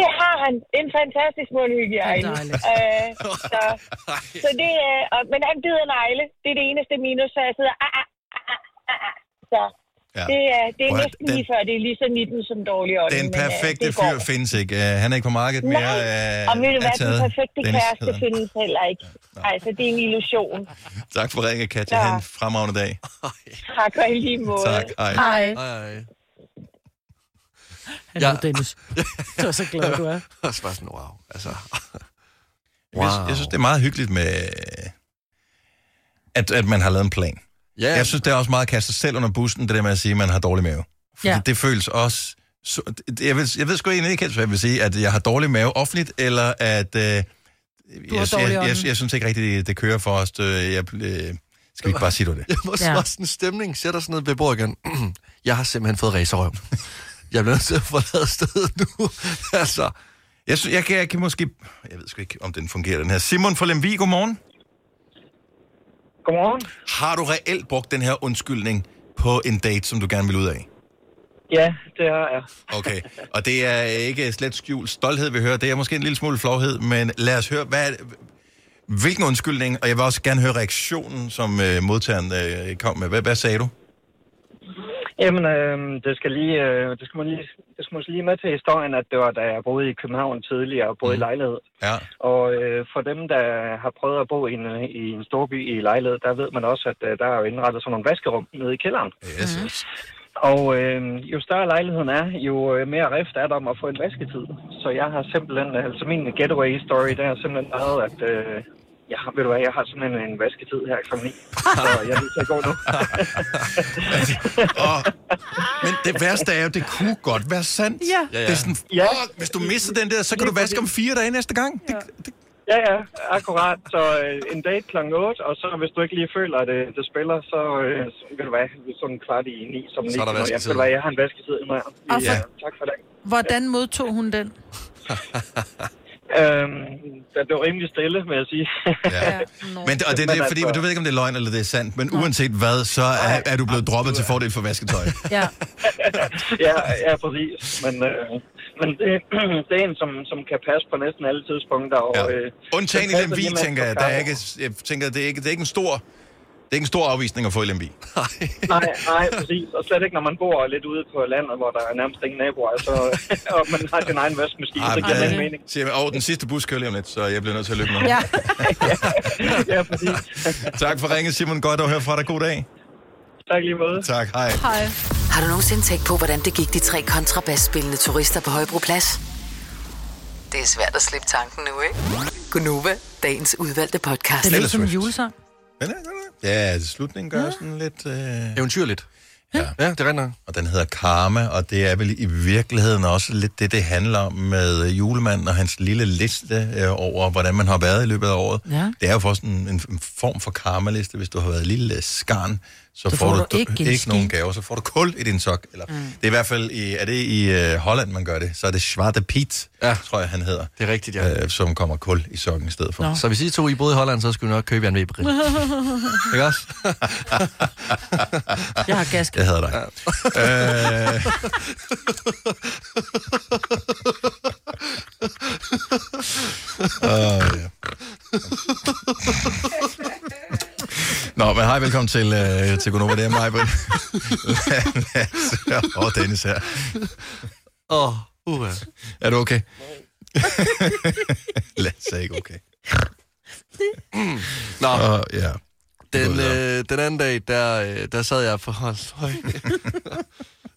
S14: Det har han. Det er en fantastisk mundhygiejne.
S2: Det er dejligt.
S14: Øh, så, så det, øh, og, men han bider negle. Det er det eneste minus, så jeg sidder... Ah, ah, ah, ah, ah, ah." Så
S1: Ja.
S14: det, er, det er
S1: Prøv at-
S14: næsten lige før, det er lige så nitten som dårlig ånd.
S1: Den
S14: men, øh,
S1: perfekte
S14: det går.
S1: fyr findes ikke. Øh, han er ikke på markedet mere.
S14: Nej,
S1: øh,
S14: og ved du
S1: er
S14: hvad, den
S1: taget.
S14: perfekte
S1: Dennis
S14: kæreste
S1: hedder han.
S14: findes heller ikke. Altså, det er en illusion.
S1: Tak for ringen, Katja.
S14: Ja.
S1: Ja. Ha' en fremragende dag.
S14: Tak og i lige måde.
S1: Tak. Hej.
S14: Hej.
S3: Hej.
S2: Hallo, ja. Dennis. Du er så glad, du er.
S3: Også bare sådan, wow. Altså,
S1: Wow. Jeg, jeg synes, det er meget hyggeligt med, at, at man har lavet en plan.
S3: Ja.
S1: Jeg synes, det er også meget at kaste sig selv under bussen, det der med at sige, at man har dårlig mave. Fordi
S2: Ja.
S1: ja. det føles også... Så, det- jeg, ved, jeg ved sgu egentlig ikke helt, hvad jeg vil sige, at jeg har dårlig mave offentligt, eller at... Øh, jeg, jeg,
S3: dårlig
S1: jeg, jeg,
S3: ånde.
S1: jeg synes ikke rigtigt, det, det kører for os. Øh, jeg, øh, skal vi ikke bare sige, du er det?
S3: Jeg må ja. sådan en stemning. Sætter sådan ned ved bordet igen. jeg har simpelthen fået racerøv. Jeg bliver nødt til at forlade stedet nu. altså.
S1: Jeg, sy- jeg, kan, jeg kan måske... Jeg ved sgu ikke, om den fungerer, den her. Simon fra Lemvig, godmorgen.
S15: Godmorgen.
S1: Har du reelt brugt den her undskyldning på en date, som du gerne vil ud af?
S15: Ja, det har jeg.
S1: Okay, og det er ikke slet skjult stolthed, vi hører. Det er måske en lille smule flovhed, men lad os høre, hvad er, det- hvilken undskyldning, og jeg vil også gerne høre reaktionen, som øh, modtageren øh, kom med. Hvad, hvad sagde du?
S15: Jamen, øh, det, skal lige, øh, det, skal man lige, det skal man lige med til historien, at det var, da jeg boede i København tidligere og boede mm. i lejlighed.
S1: Mhm. Ja.
S15: Og øh, for dem, der har prøvet at bo i en, øh, i en storby i lejlighed, der ved man også, at øh, der er jo indrettet sådan nogle vaskerum nede i kælderen.
S1: Yes.
S15: Mm. Og øh, jo større lejligheden er, jo øh, mere rift er der om at få en vasketid. Så jeg har simpelthen, øh, altså min getaway story, der har simpelthen været, at øh, jeg, har- ved du hvad, jeg har simpelthen en vasketid her kl. 9. Så jeg er nødt til at gå nu.
S1: Men det værste er jo, det kunne godt være sandt.
S15: Ja.
S1: Det er sådan,
S15: Ja.
S1: fuck, hvis du misser den der, så kan du vaske om fire dage næste gang. Ja.
S15: Ja, ja, akkurat. Så øh, en date kl. 8, og så hvis du ikke lige føler, at øh, det spiller, så øh, ved du hvad, sådan kvart i 9, som
S3: Så er der
S15: lige- jeg,
S3: vasketid.
S15: ved du hvad, jeg har en vasketid nu her.
S2: Og
S15: Ja,
S2: for-
S15: tak for det.
S2: Hvordan modtog hun den?
S15: Øhm, der blev rimelig stille, vil jeg sige. altså-
S1: Ja. Men, det- og det, det er fordi, du ved ikke, om det er løgn eller det er sandt, men uanset hvad, så er, er du blevet droppet til fordel for vasketøj.
S2: Ja.
S15: ja, ja, præcis. Men, øh, men det, det er en, som, som kan passe på næsten alle tidspunkter. Og,
S1: Ja.
S15: øh,
S1: Undtagen i
S15: den passer lige
S1: Lemvig,
S15: med
S1: tænker
S15: på
S1: jeg. Der er
S15: kaffe.
S1: ikke, jeg tænker, det er ikke, det er ikke en stor... Det er ikke en stor afvisning at få i Lemvig.
S15: Nej, nej, præcis. Og slet ikke, når man bor lidt ude på landet, hvor der er nærmest ingen naboer, så, og man har sin egen vaskemaskine, så giver det ikke mening.
S1: Siger jeg, åh, den sidste bus kører lige om lidt, så jeg bliver nødt til at løbe nu.
S15: Ja.
S1: ja, tak for ringet, Simon. Godt at høre fra dig. God dag.
S15: Tak lige måde.
S1: Tak, hej.
S2: Hej.
S4: Har du nogensinde tænkt på, hvordan det gik de tre kontrabasspillende turister på Højbroplads? Det er svært at slippe tanken nu, ikke? Gunova, dagens udvalgte podcast.
S1: Det lyder som en
S2: julesang.
S1: Ja, slutningen gør sådan lidt... Øh...
S3: Eventyrligt.
S1: Ja.
S3: ja, det render.
S1: Og den hedder Karma, og det er vel i virkeligheden også lidt det, det handler om med øh, julemanden og hans lille liste øh, over, hvordan man har været i løbet af året.
S2: Ja.
S1: Det er jo for sådan en, en form for karmaliste. Hvis du har været lille øh, skarn, så, så får, du, du
S2: ikke en
S1: ikke
S2: ski.
S1: nogen gaver, så får du kul i din sok. Eller, mm. Det er i hvert fald, i, er det i øh, Holland, man gør det, så er det Schwarte Piet, ja. tror jeg, han hedder.
S3: Det er rigtigt, ja.
S1: Øh, som kommer kul i sokken i stedet for.
S3: Nå. Så hvis I to I boede i Holland, så skulle I nok købe jer en Weberin. Ikke også?
S2: Jeg har gask.
S1: Jeg hader dig. øh, Åh, ja. Nå, men hej, velkommen til, øh, til Gunova. Det er mig, Britt. Lasse og Dennis her.
S3: Åh, oh, uha.
S1: Er du okay? Lasse er ikke okay.
S3: Nå.
S1: Og, ja.
S3: Den, øh, den anden dag, der, øh, der sad jeg på... Hold, høj.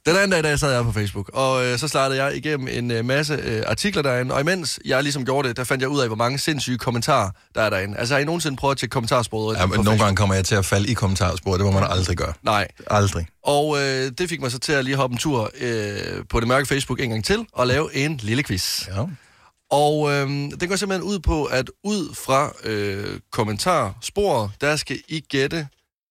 S3: den anden dag, der sad jeg på Facebook, og øh, så startede jeg igennem en øh, masse øh, artikler derinde, og imens jeg ligesom gjorde det, der fandt jeg ud af, hvor mange sindssyge kommentarer, der er derinde. Altså, har I nogensinde prøvet at tjekke kommentarsporet?
S1: ja men nogle gange kommer jeg til at falde i kommentarsporet. Det må man aldrig gøre.
S3: Nej.
S1: Aldrig.
S3: Og øh, det fik mig så til at lige hoppe en tur øh, på det mørke Facebook en gang til og lave en lille quiz.
S1: Ja.
S3: Og øh, den går simpelthen ud på, at ud fra øh, kommentarsporet, der skal I gætte,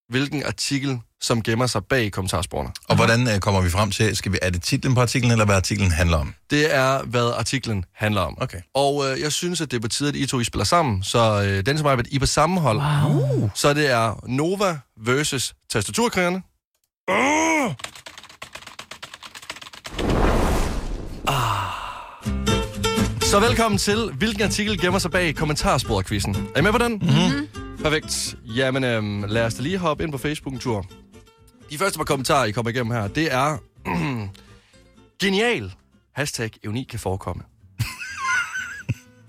S3: hvilken artikel, som gemmer sig bag kommentarsporene.
S1: Og hvordan øh, kommer vi frem til, skal vi, er det titlen på artiklen, eller hvad artiklen handler om?
S3: Det er, hvad artiklen handler om.
S1: Okay.
S3: Og øh, jeg synes, at det er på tide, at I to I spiller sammen. Så øh, den som arbejder, I er på samme hold. Wow. Så det er Nova versus tastaturkrigerne.
S1: Uh!
S3: Ah. Så velkommen til, hvilken artikel gemmer sig bag kommentarsporet-quizzen. Er I med på den? Mm-hmm. Perfekt. Jamen, øhm, lad os da lige hoppe ind på Facebook en tur. De første par kommentarer, I kommer igennem her, det er... Genial! Hashtag evni kan forekomme.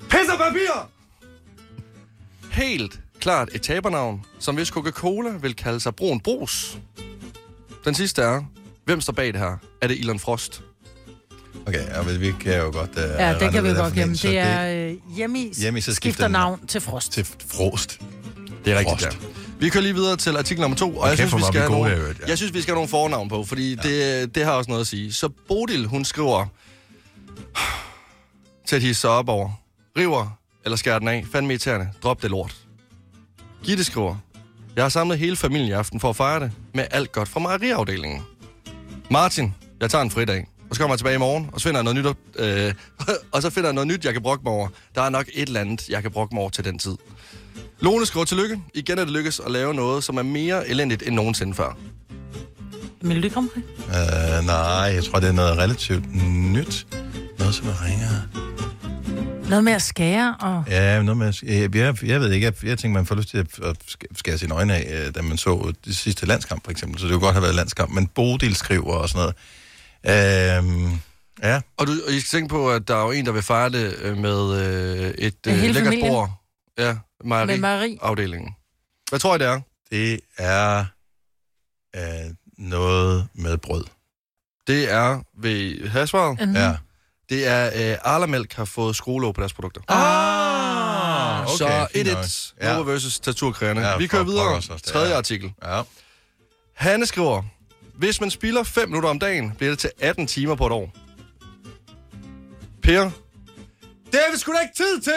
S3: Pis og papir! Helt klart et tabernavn, som hvis Coca-Cola vil kalde sig Brun Brus. Den sidste er, hvem står bag det her? Er det Elon Frost?
S1: Okay, ja, men vi kan jo godt... Uh,
S2: Ja, det kan vi godt glemme. Det er øh, hjemme,
S3: Hjemme
S2: hjemme
S3: i, så skifter
S2: så skifter
S3: den
S2: navn til Frost.
S1: Til frost.
S3: Det er
S1: Frost.
S3: rigtigt, ja. Vi kører lige videre til artikel nummer to, og
S1: kæft,
S3: jeg synes,
S1: hvor
S3: vi
S1: var
S3: skal
S1: vi
S3: have
S1: gode
S3: nogle,
S1: her, i øvrigt, ja.
S3: jeg synes, vi skal have nogle fornavn på, fordi ja. det, det har også noget at sige. Så Bodil, hun skriver til at hisse sig op over. River eller skærer den af. Fandme irriterende. Drop det lort. Gitte skriver. Jeg har samlet hele familien i aften for at fejre det med alt godt fra mejeriafdelingen. Martin, jeg tager en fridag. og så kommer jeg tilbage i morgen, og så finder jeg noget nyt, øh, og så finder jeg noget nyt, jeg kan brokke mig over. Der er nok et eller andet, jeg kan brokke mig over til den tid. Lone skriver tillykke. Igen er det lykkes at lave noget, som er mere elendigt end nogensinde før.
S2: Melodi Grand Prix?
S1: Øh, nej, jeg tror, det er noget relativt nyt. Noget, som er ringer.
S2: Noget med at skære og...
S1: Ja, noget med, jeg, jeg, jeg ved ikke, jeg, jeg tænker, man får lyst til at, at sk- skære sine øjne af, øh, da man så det sidste landskamp, for eksempel. Så det kunne godt have været landskamp, men Bodil skriver og sådan noget. Øhm, ja.
S3: Og, du, og I skal tænke på, at der er jo en, der vil fejre det øh, med øh, et
S2: Med
S3: øh,
S2: hele
S3: lækkert
S2: familien.
S3: bord. Ja,
S2: Med Marie.
S3: Marie-afdelingen. Hvad tror I, det er?
S1: Det er øh, noget med brød.
S3: Det er ved Hasvaret.
S1: Mhm. Ja.
S3: Det er, øh, Arlamælk har fået skruelåg på deres produkter.
S1: Ah, okay,
S3: så
S1: fint nok.
S3: 1-1, Nova versus Taturkræne. Ja, Vi kører
S1: for
S3: videre.
S1: pokker så, det er-
S3: Tredje artikel.
S1: Ja.
S3: Hanne skriver, hvis man spilder 5 minutter om dagen, bliver det til 18 timer på et år. Per, det har vi sgu da ikke tid til!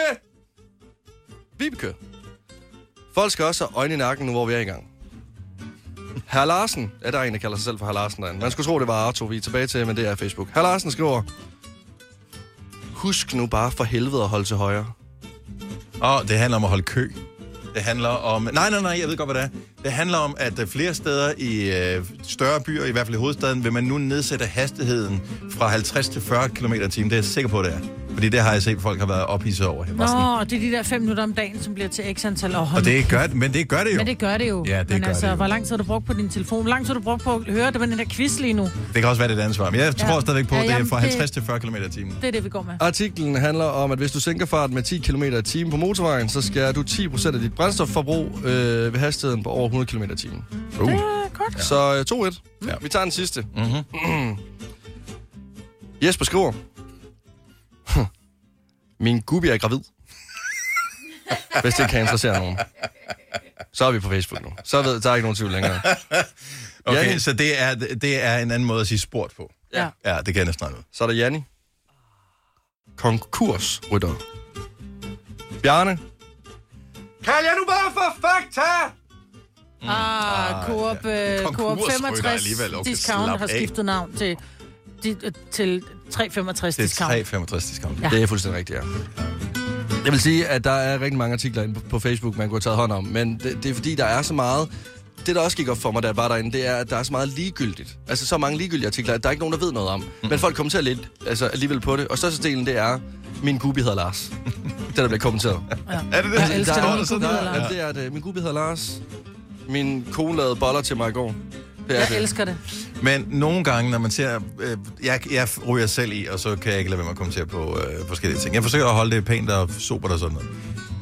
S3: Vibeke. Folk skal også have øjne i nakken, nu hvor vi er i gang. Herr Larsen. Ja, der er en, der kalder sig selv for Herr Larsen derinde. Man skulle tro, det var Arto, vi er tilbage til, men det er Facebook. Herr Larsen skriver, husk nu bare for helvede at holde til højre.
S1: Og det handler om at holde kø. Det handler om... Nej, nej, nej, jeg ved godt, hvad det er. Det handler om, at øh, flere steder i øh, større byer, i hvert fald i hovedstaden, vil man nu nedsætte hastigheden fra 50 til 40 km i timen. Det er jeg sikker på, det er. Fordi det har jeg set, folk har været ophidset over. Jeg var sådan,
S2: Nå, det er de der fem minutter om dagen, som bliver til x antal år.
S1: og det gør det, men det gør det jo.
S2: Men det gør det jo.
S1: Ja, det
S2: Men
S1: gør
S2: altså,
S1: det jo.
S2: hvor lang tid har du brugt på din telefon? Hvor lang tid har du brugt på at høre det med den der quiz lige nu?
S1: Det kan også være, det er et ansvar. Men jeg
S2: Ja.
S1: tror stadigvæk på,
S2: Ja,
S1: at det er
S2: jamen,
S1: fra
S2: det-
S1: 50 til 40 km i timen.
S2: Det er det, vi går med.
S3: Artiklen handler om, at hvis du sænker farten med 10 km i timen på motorvejen, så skærer du 10% af dit brændstofforbrug øh, ved hastigheden på over 100 km i timen.
S1: Uh. Det
S2: er godt.
S3: Så øh, 2-1. Ja. Vi tager den sidste.
S1: Mhm.
S3: Mm-hmm. Jesper skriver. "Hm, Min gubbi er gravid. Hvis det kan interessere nogen. Så er vi på Facebook nu. Så ved, der er ikke nogen tvivl længere.
S1: Okay,
S3: Janni.
S1: så det er, det er en anden måde at sige sport på.
S3: Ja.
S1: Ja, det kan jeg næsten noget.
S3: Så er der Janni. Konkursrytter. Bjarne. Kald jer nu bare for fakta!
S2: Ah, Coop, ja.
S1: Konkursrytter
S2: Coop 65
S1: alligevel. Okay,
S2: discount
S1: slap
S2: har
S1: af.
S2: skiftet navn til, til, til 365
S3: Det er
S2: discount.
S1: 365 discount.
S2: Ja.
S3: Det er fuldstændig rigtigt, ja. Jeg vil sige, at der er rigtig mange artikler inde på- på Facebook, man kunne have taget hånd om, men det, det er fordi, der er så meget... Det, der også gik op for mig, da jeg var derinde, det er, at der er så meget ligegyldigt. Altså, så mange ligegyldige artikler, at der er ikke nogen, der ved noget om.
S4: Mm.
S3: Men folk kommenterer lidt altså, alligevel på det. Og størstedelen, det er, min gubi hedder Lars. det, der bliver kommenteret.
S1: Ja. Er det det?
S3: Der
S1: Der
S3: er-
S1: står der sådan
S3: der-
S1: noget, eller?
S3: ja, Det er det. Min gubi hedder Lars. Min kone lavede boller til mig i går. Det er
S2: Jeg
S3: det.
S2: elsker det.
S1: Men nogle gange, når man ser... Øh, jeg, jeg ryger selv i, og så kan jeg ikke lade være med at kommentere på øh, forskellige ting. Jeg forsøger at holde det pænt og sobert og sådan noget.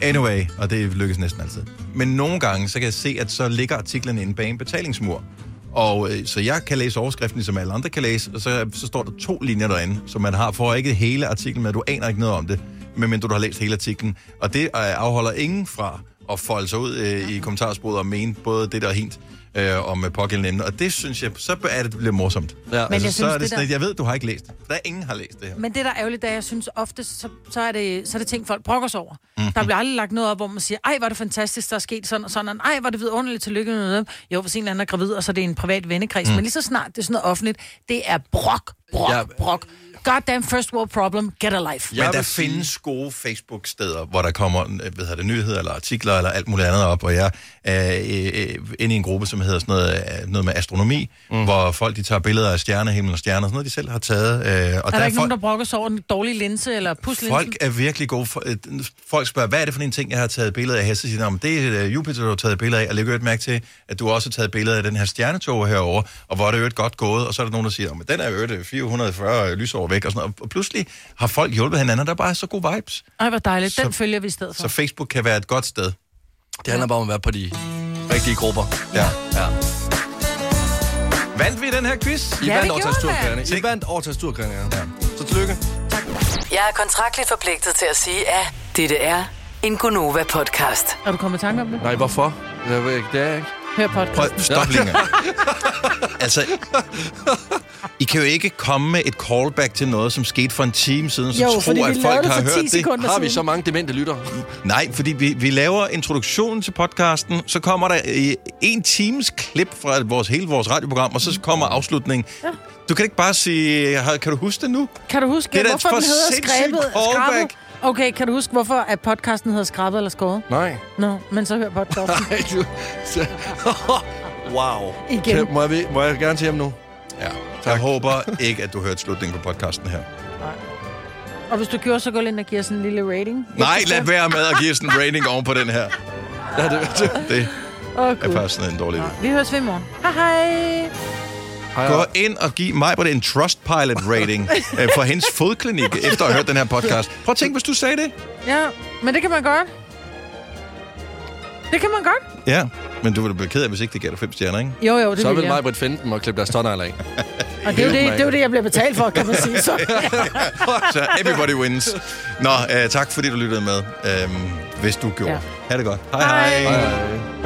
S1: Anyway, og det lykkes næsten altid. Men nogle gange, så kan jeg se, at så ligger artiklen inde bag en betalingsmur. Og øh, så jeg kan læse overskriften, som alle andre kan læse, og så, så står der to linjer derinde, som man har for ikke hele artiklen med. Du aner ikke noget om det, medmindre du har læst hele artiklen. Og det øh, afholder ingen fra at folde sig ud øh, i kommentarsporet og mene både det der og hint øh, om øh, pågældende emne. Og det synes jeg, så er det, det bliver morsomt. Ja,
S2: Men
S1: altså,
S2: jeg
S1: så
S2: synes,
S1: er det,
S2: det
S1: sådan,
S2: der-
S1: at jeg ved, du har ikke læst det. Der er ingen, der har læst det her.
S2: Men det, der er ærgerligt, det er, jeg synes ofte, så, så, er, det, så er det ting, folk brokker sig over.
S1: Mhm.
S2: Mm-hmm. Der bliver aldrig lagt noget op, hvor man siger, ej, hvor er det fantastisk, der er sket sådan og sådan. Ej, hvor er det vidunderligt, tillykke med dem. Jo, hvis en eller anden er gravid, og så er det en privat vennekreds.
S12: Mm.
S2: Mm. Men lige så snart det er sådan noget offentligt, det er brok, brok,
S1: Mhm. Ja.
S2: ja. brok. Goddamn first world problem, get a life.
S1: Men der findes gode Facebook-steder, hvor der kommer øh, hvad hedder det, nyheder eller artikler eller alt muligt andet op, og jeg er øh, øh, inde i en gruppe, som hedder sådan noget, øh, noget med astronomi, mm. hvor folk de tager billeder af stjernehimmel og stjerner, og sådan noget, de selv har taget. Øh, og
S2: Og er der, der ikke
S1: folk,
S2: nogen, der brokker sig over en dårlig linse eller puslinse?
S1: Folk er virkelig gode. For, øh, folk spørger, hvad er det for en ting, jeg har taget billede af her? Så siger de, "Nå, men det er øh, Jupiter, du har taget billede af. Og lægger øvrigt mærke til, at du også har taget billede af den her stjernetog herover og hvor er det øvrigt godt gået. Og så er der nogen, der siger, "Nå, men den er i øvrigt øh, 440 lysår væk. Og, sådan noget. Og pludselig har folk hjulpet hinanden, og der er bare så gode vibes.
S2: Ej, hvor dejligt. Den
S1: Så-
S2: følger vi i stedet for.
S1: Så Facebook kan være et godt sted.
S3: Det handler bare om at være på de rigtige grupper.
S1: Ja.
S3: ja.
S1: Vandt vi den her quiz?
S3: I
S4: Ja,
S3: vandt
S4: det
S3: over
S4: gjorde
S3: tastaturkræne. I vandt over tastaturkræne, ja. Så tillykke.
S4: Jeg er kontraktligt forpligtet til at sige, at dette er en Gonova-podcast.
S2: Er du kommet i tanke om det?
S3: Nej, hvorfor? Jeg ved ikke, det er jeg ikke.
S2: Hør podcasten.
S1: Prøv, stop lige en gang. Altså, I kan jo ikke komme med et callback til noget, som skete for en time siden, som
S2: Jo,
S1: tror,
S2: fordi vi
S1: at
S2: lavede
S1: folk
S2: det
S1: har
S2: for 10
S1: hørt det.
S2: sekunder Har vi siden. så
S3: mange demente lyttere?
S1: Nej, fordi vi, vi laver introduktionen til podcasten, så
S2: Mm.
S1: kommer der øh, en times klip fra vores, hele vores radioprogram, og så kommer afslutningen. Du kan ikke bare sige, "Har- kan du huske det nu?
S2: Kan du huske,
S1: Det er da et
S2: hvorfor
S1: for
S2: den hedder
S1: sindssygt
S2: skræbet?
S1: callback.
S2: Skrabbet? Okay, kan du huske, hvorfor at podcasten hedder Skrabbet eller Skåret?
S3: Nej.
S2: Nå, men så hør podcasten.
S3: Nej, du... wow.
S2: Igen.
S3: Kan, må, jeg, vi- må jeg gerne til hjem nu?
S1: Ja. Tak. Jeg håber ikke, at du hørte slutningen på podcasten her.
S2: Og hvis du gjorde, så gå ind og giver sådan en lille rating.
S1: Nej, lad være med at give sådan en rating oven på den her. Ja, det, det
S2: Åh,
S1: er
S2: Gud.
S1: faktisk en dårlig idé.
S2: Vi høres ved i morgen. Hej hej!
S1: Gå ind og giv mig på en Trustpilot rating øh, for hendes fodklinik, efter at have hørt den her podcast. Prøv at tænke, hvis du sagde det.
S2: Ja, men det kan man godt. Det kan man godt.
S1: Ja, men du ville blive ked af, hvis ikke det gav dig fem stjerner, ikke?
S2: Jo, jo, det
S3: Så
S2: vil
S3: vil
S2: jeg.
S3: mig, Britt, finde dem og klippe deres tåndegl af.
S2: Og det er jo det, det, er jo det jeg bliver betalt for, kan man sige. Så.
S1: Så everybody wins. Øhm, Nå, øh, tak fordi du lyttede med, øh, hvis du gjorde. Ja. Ha' det godt. Hej hej. hej. hej.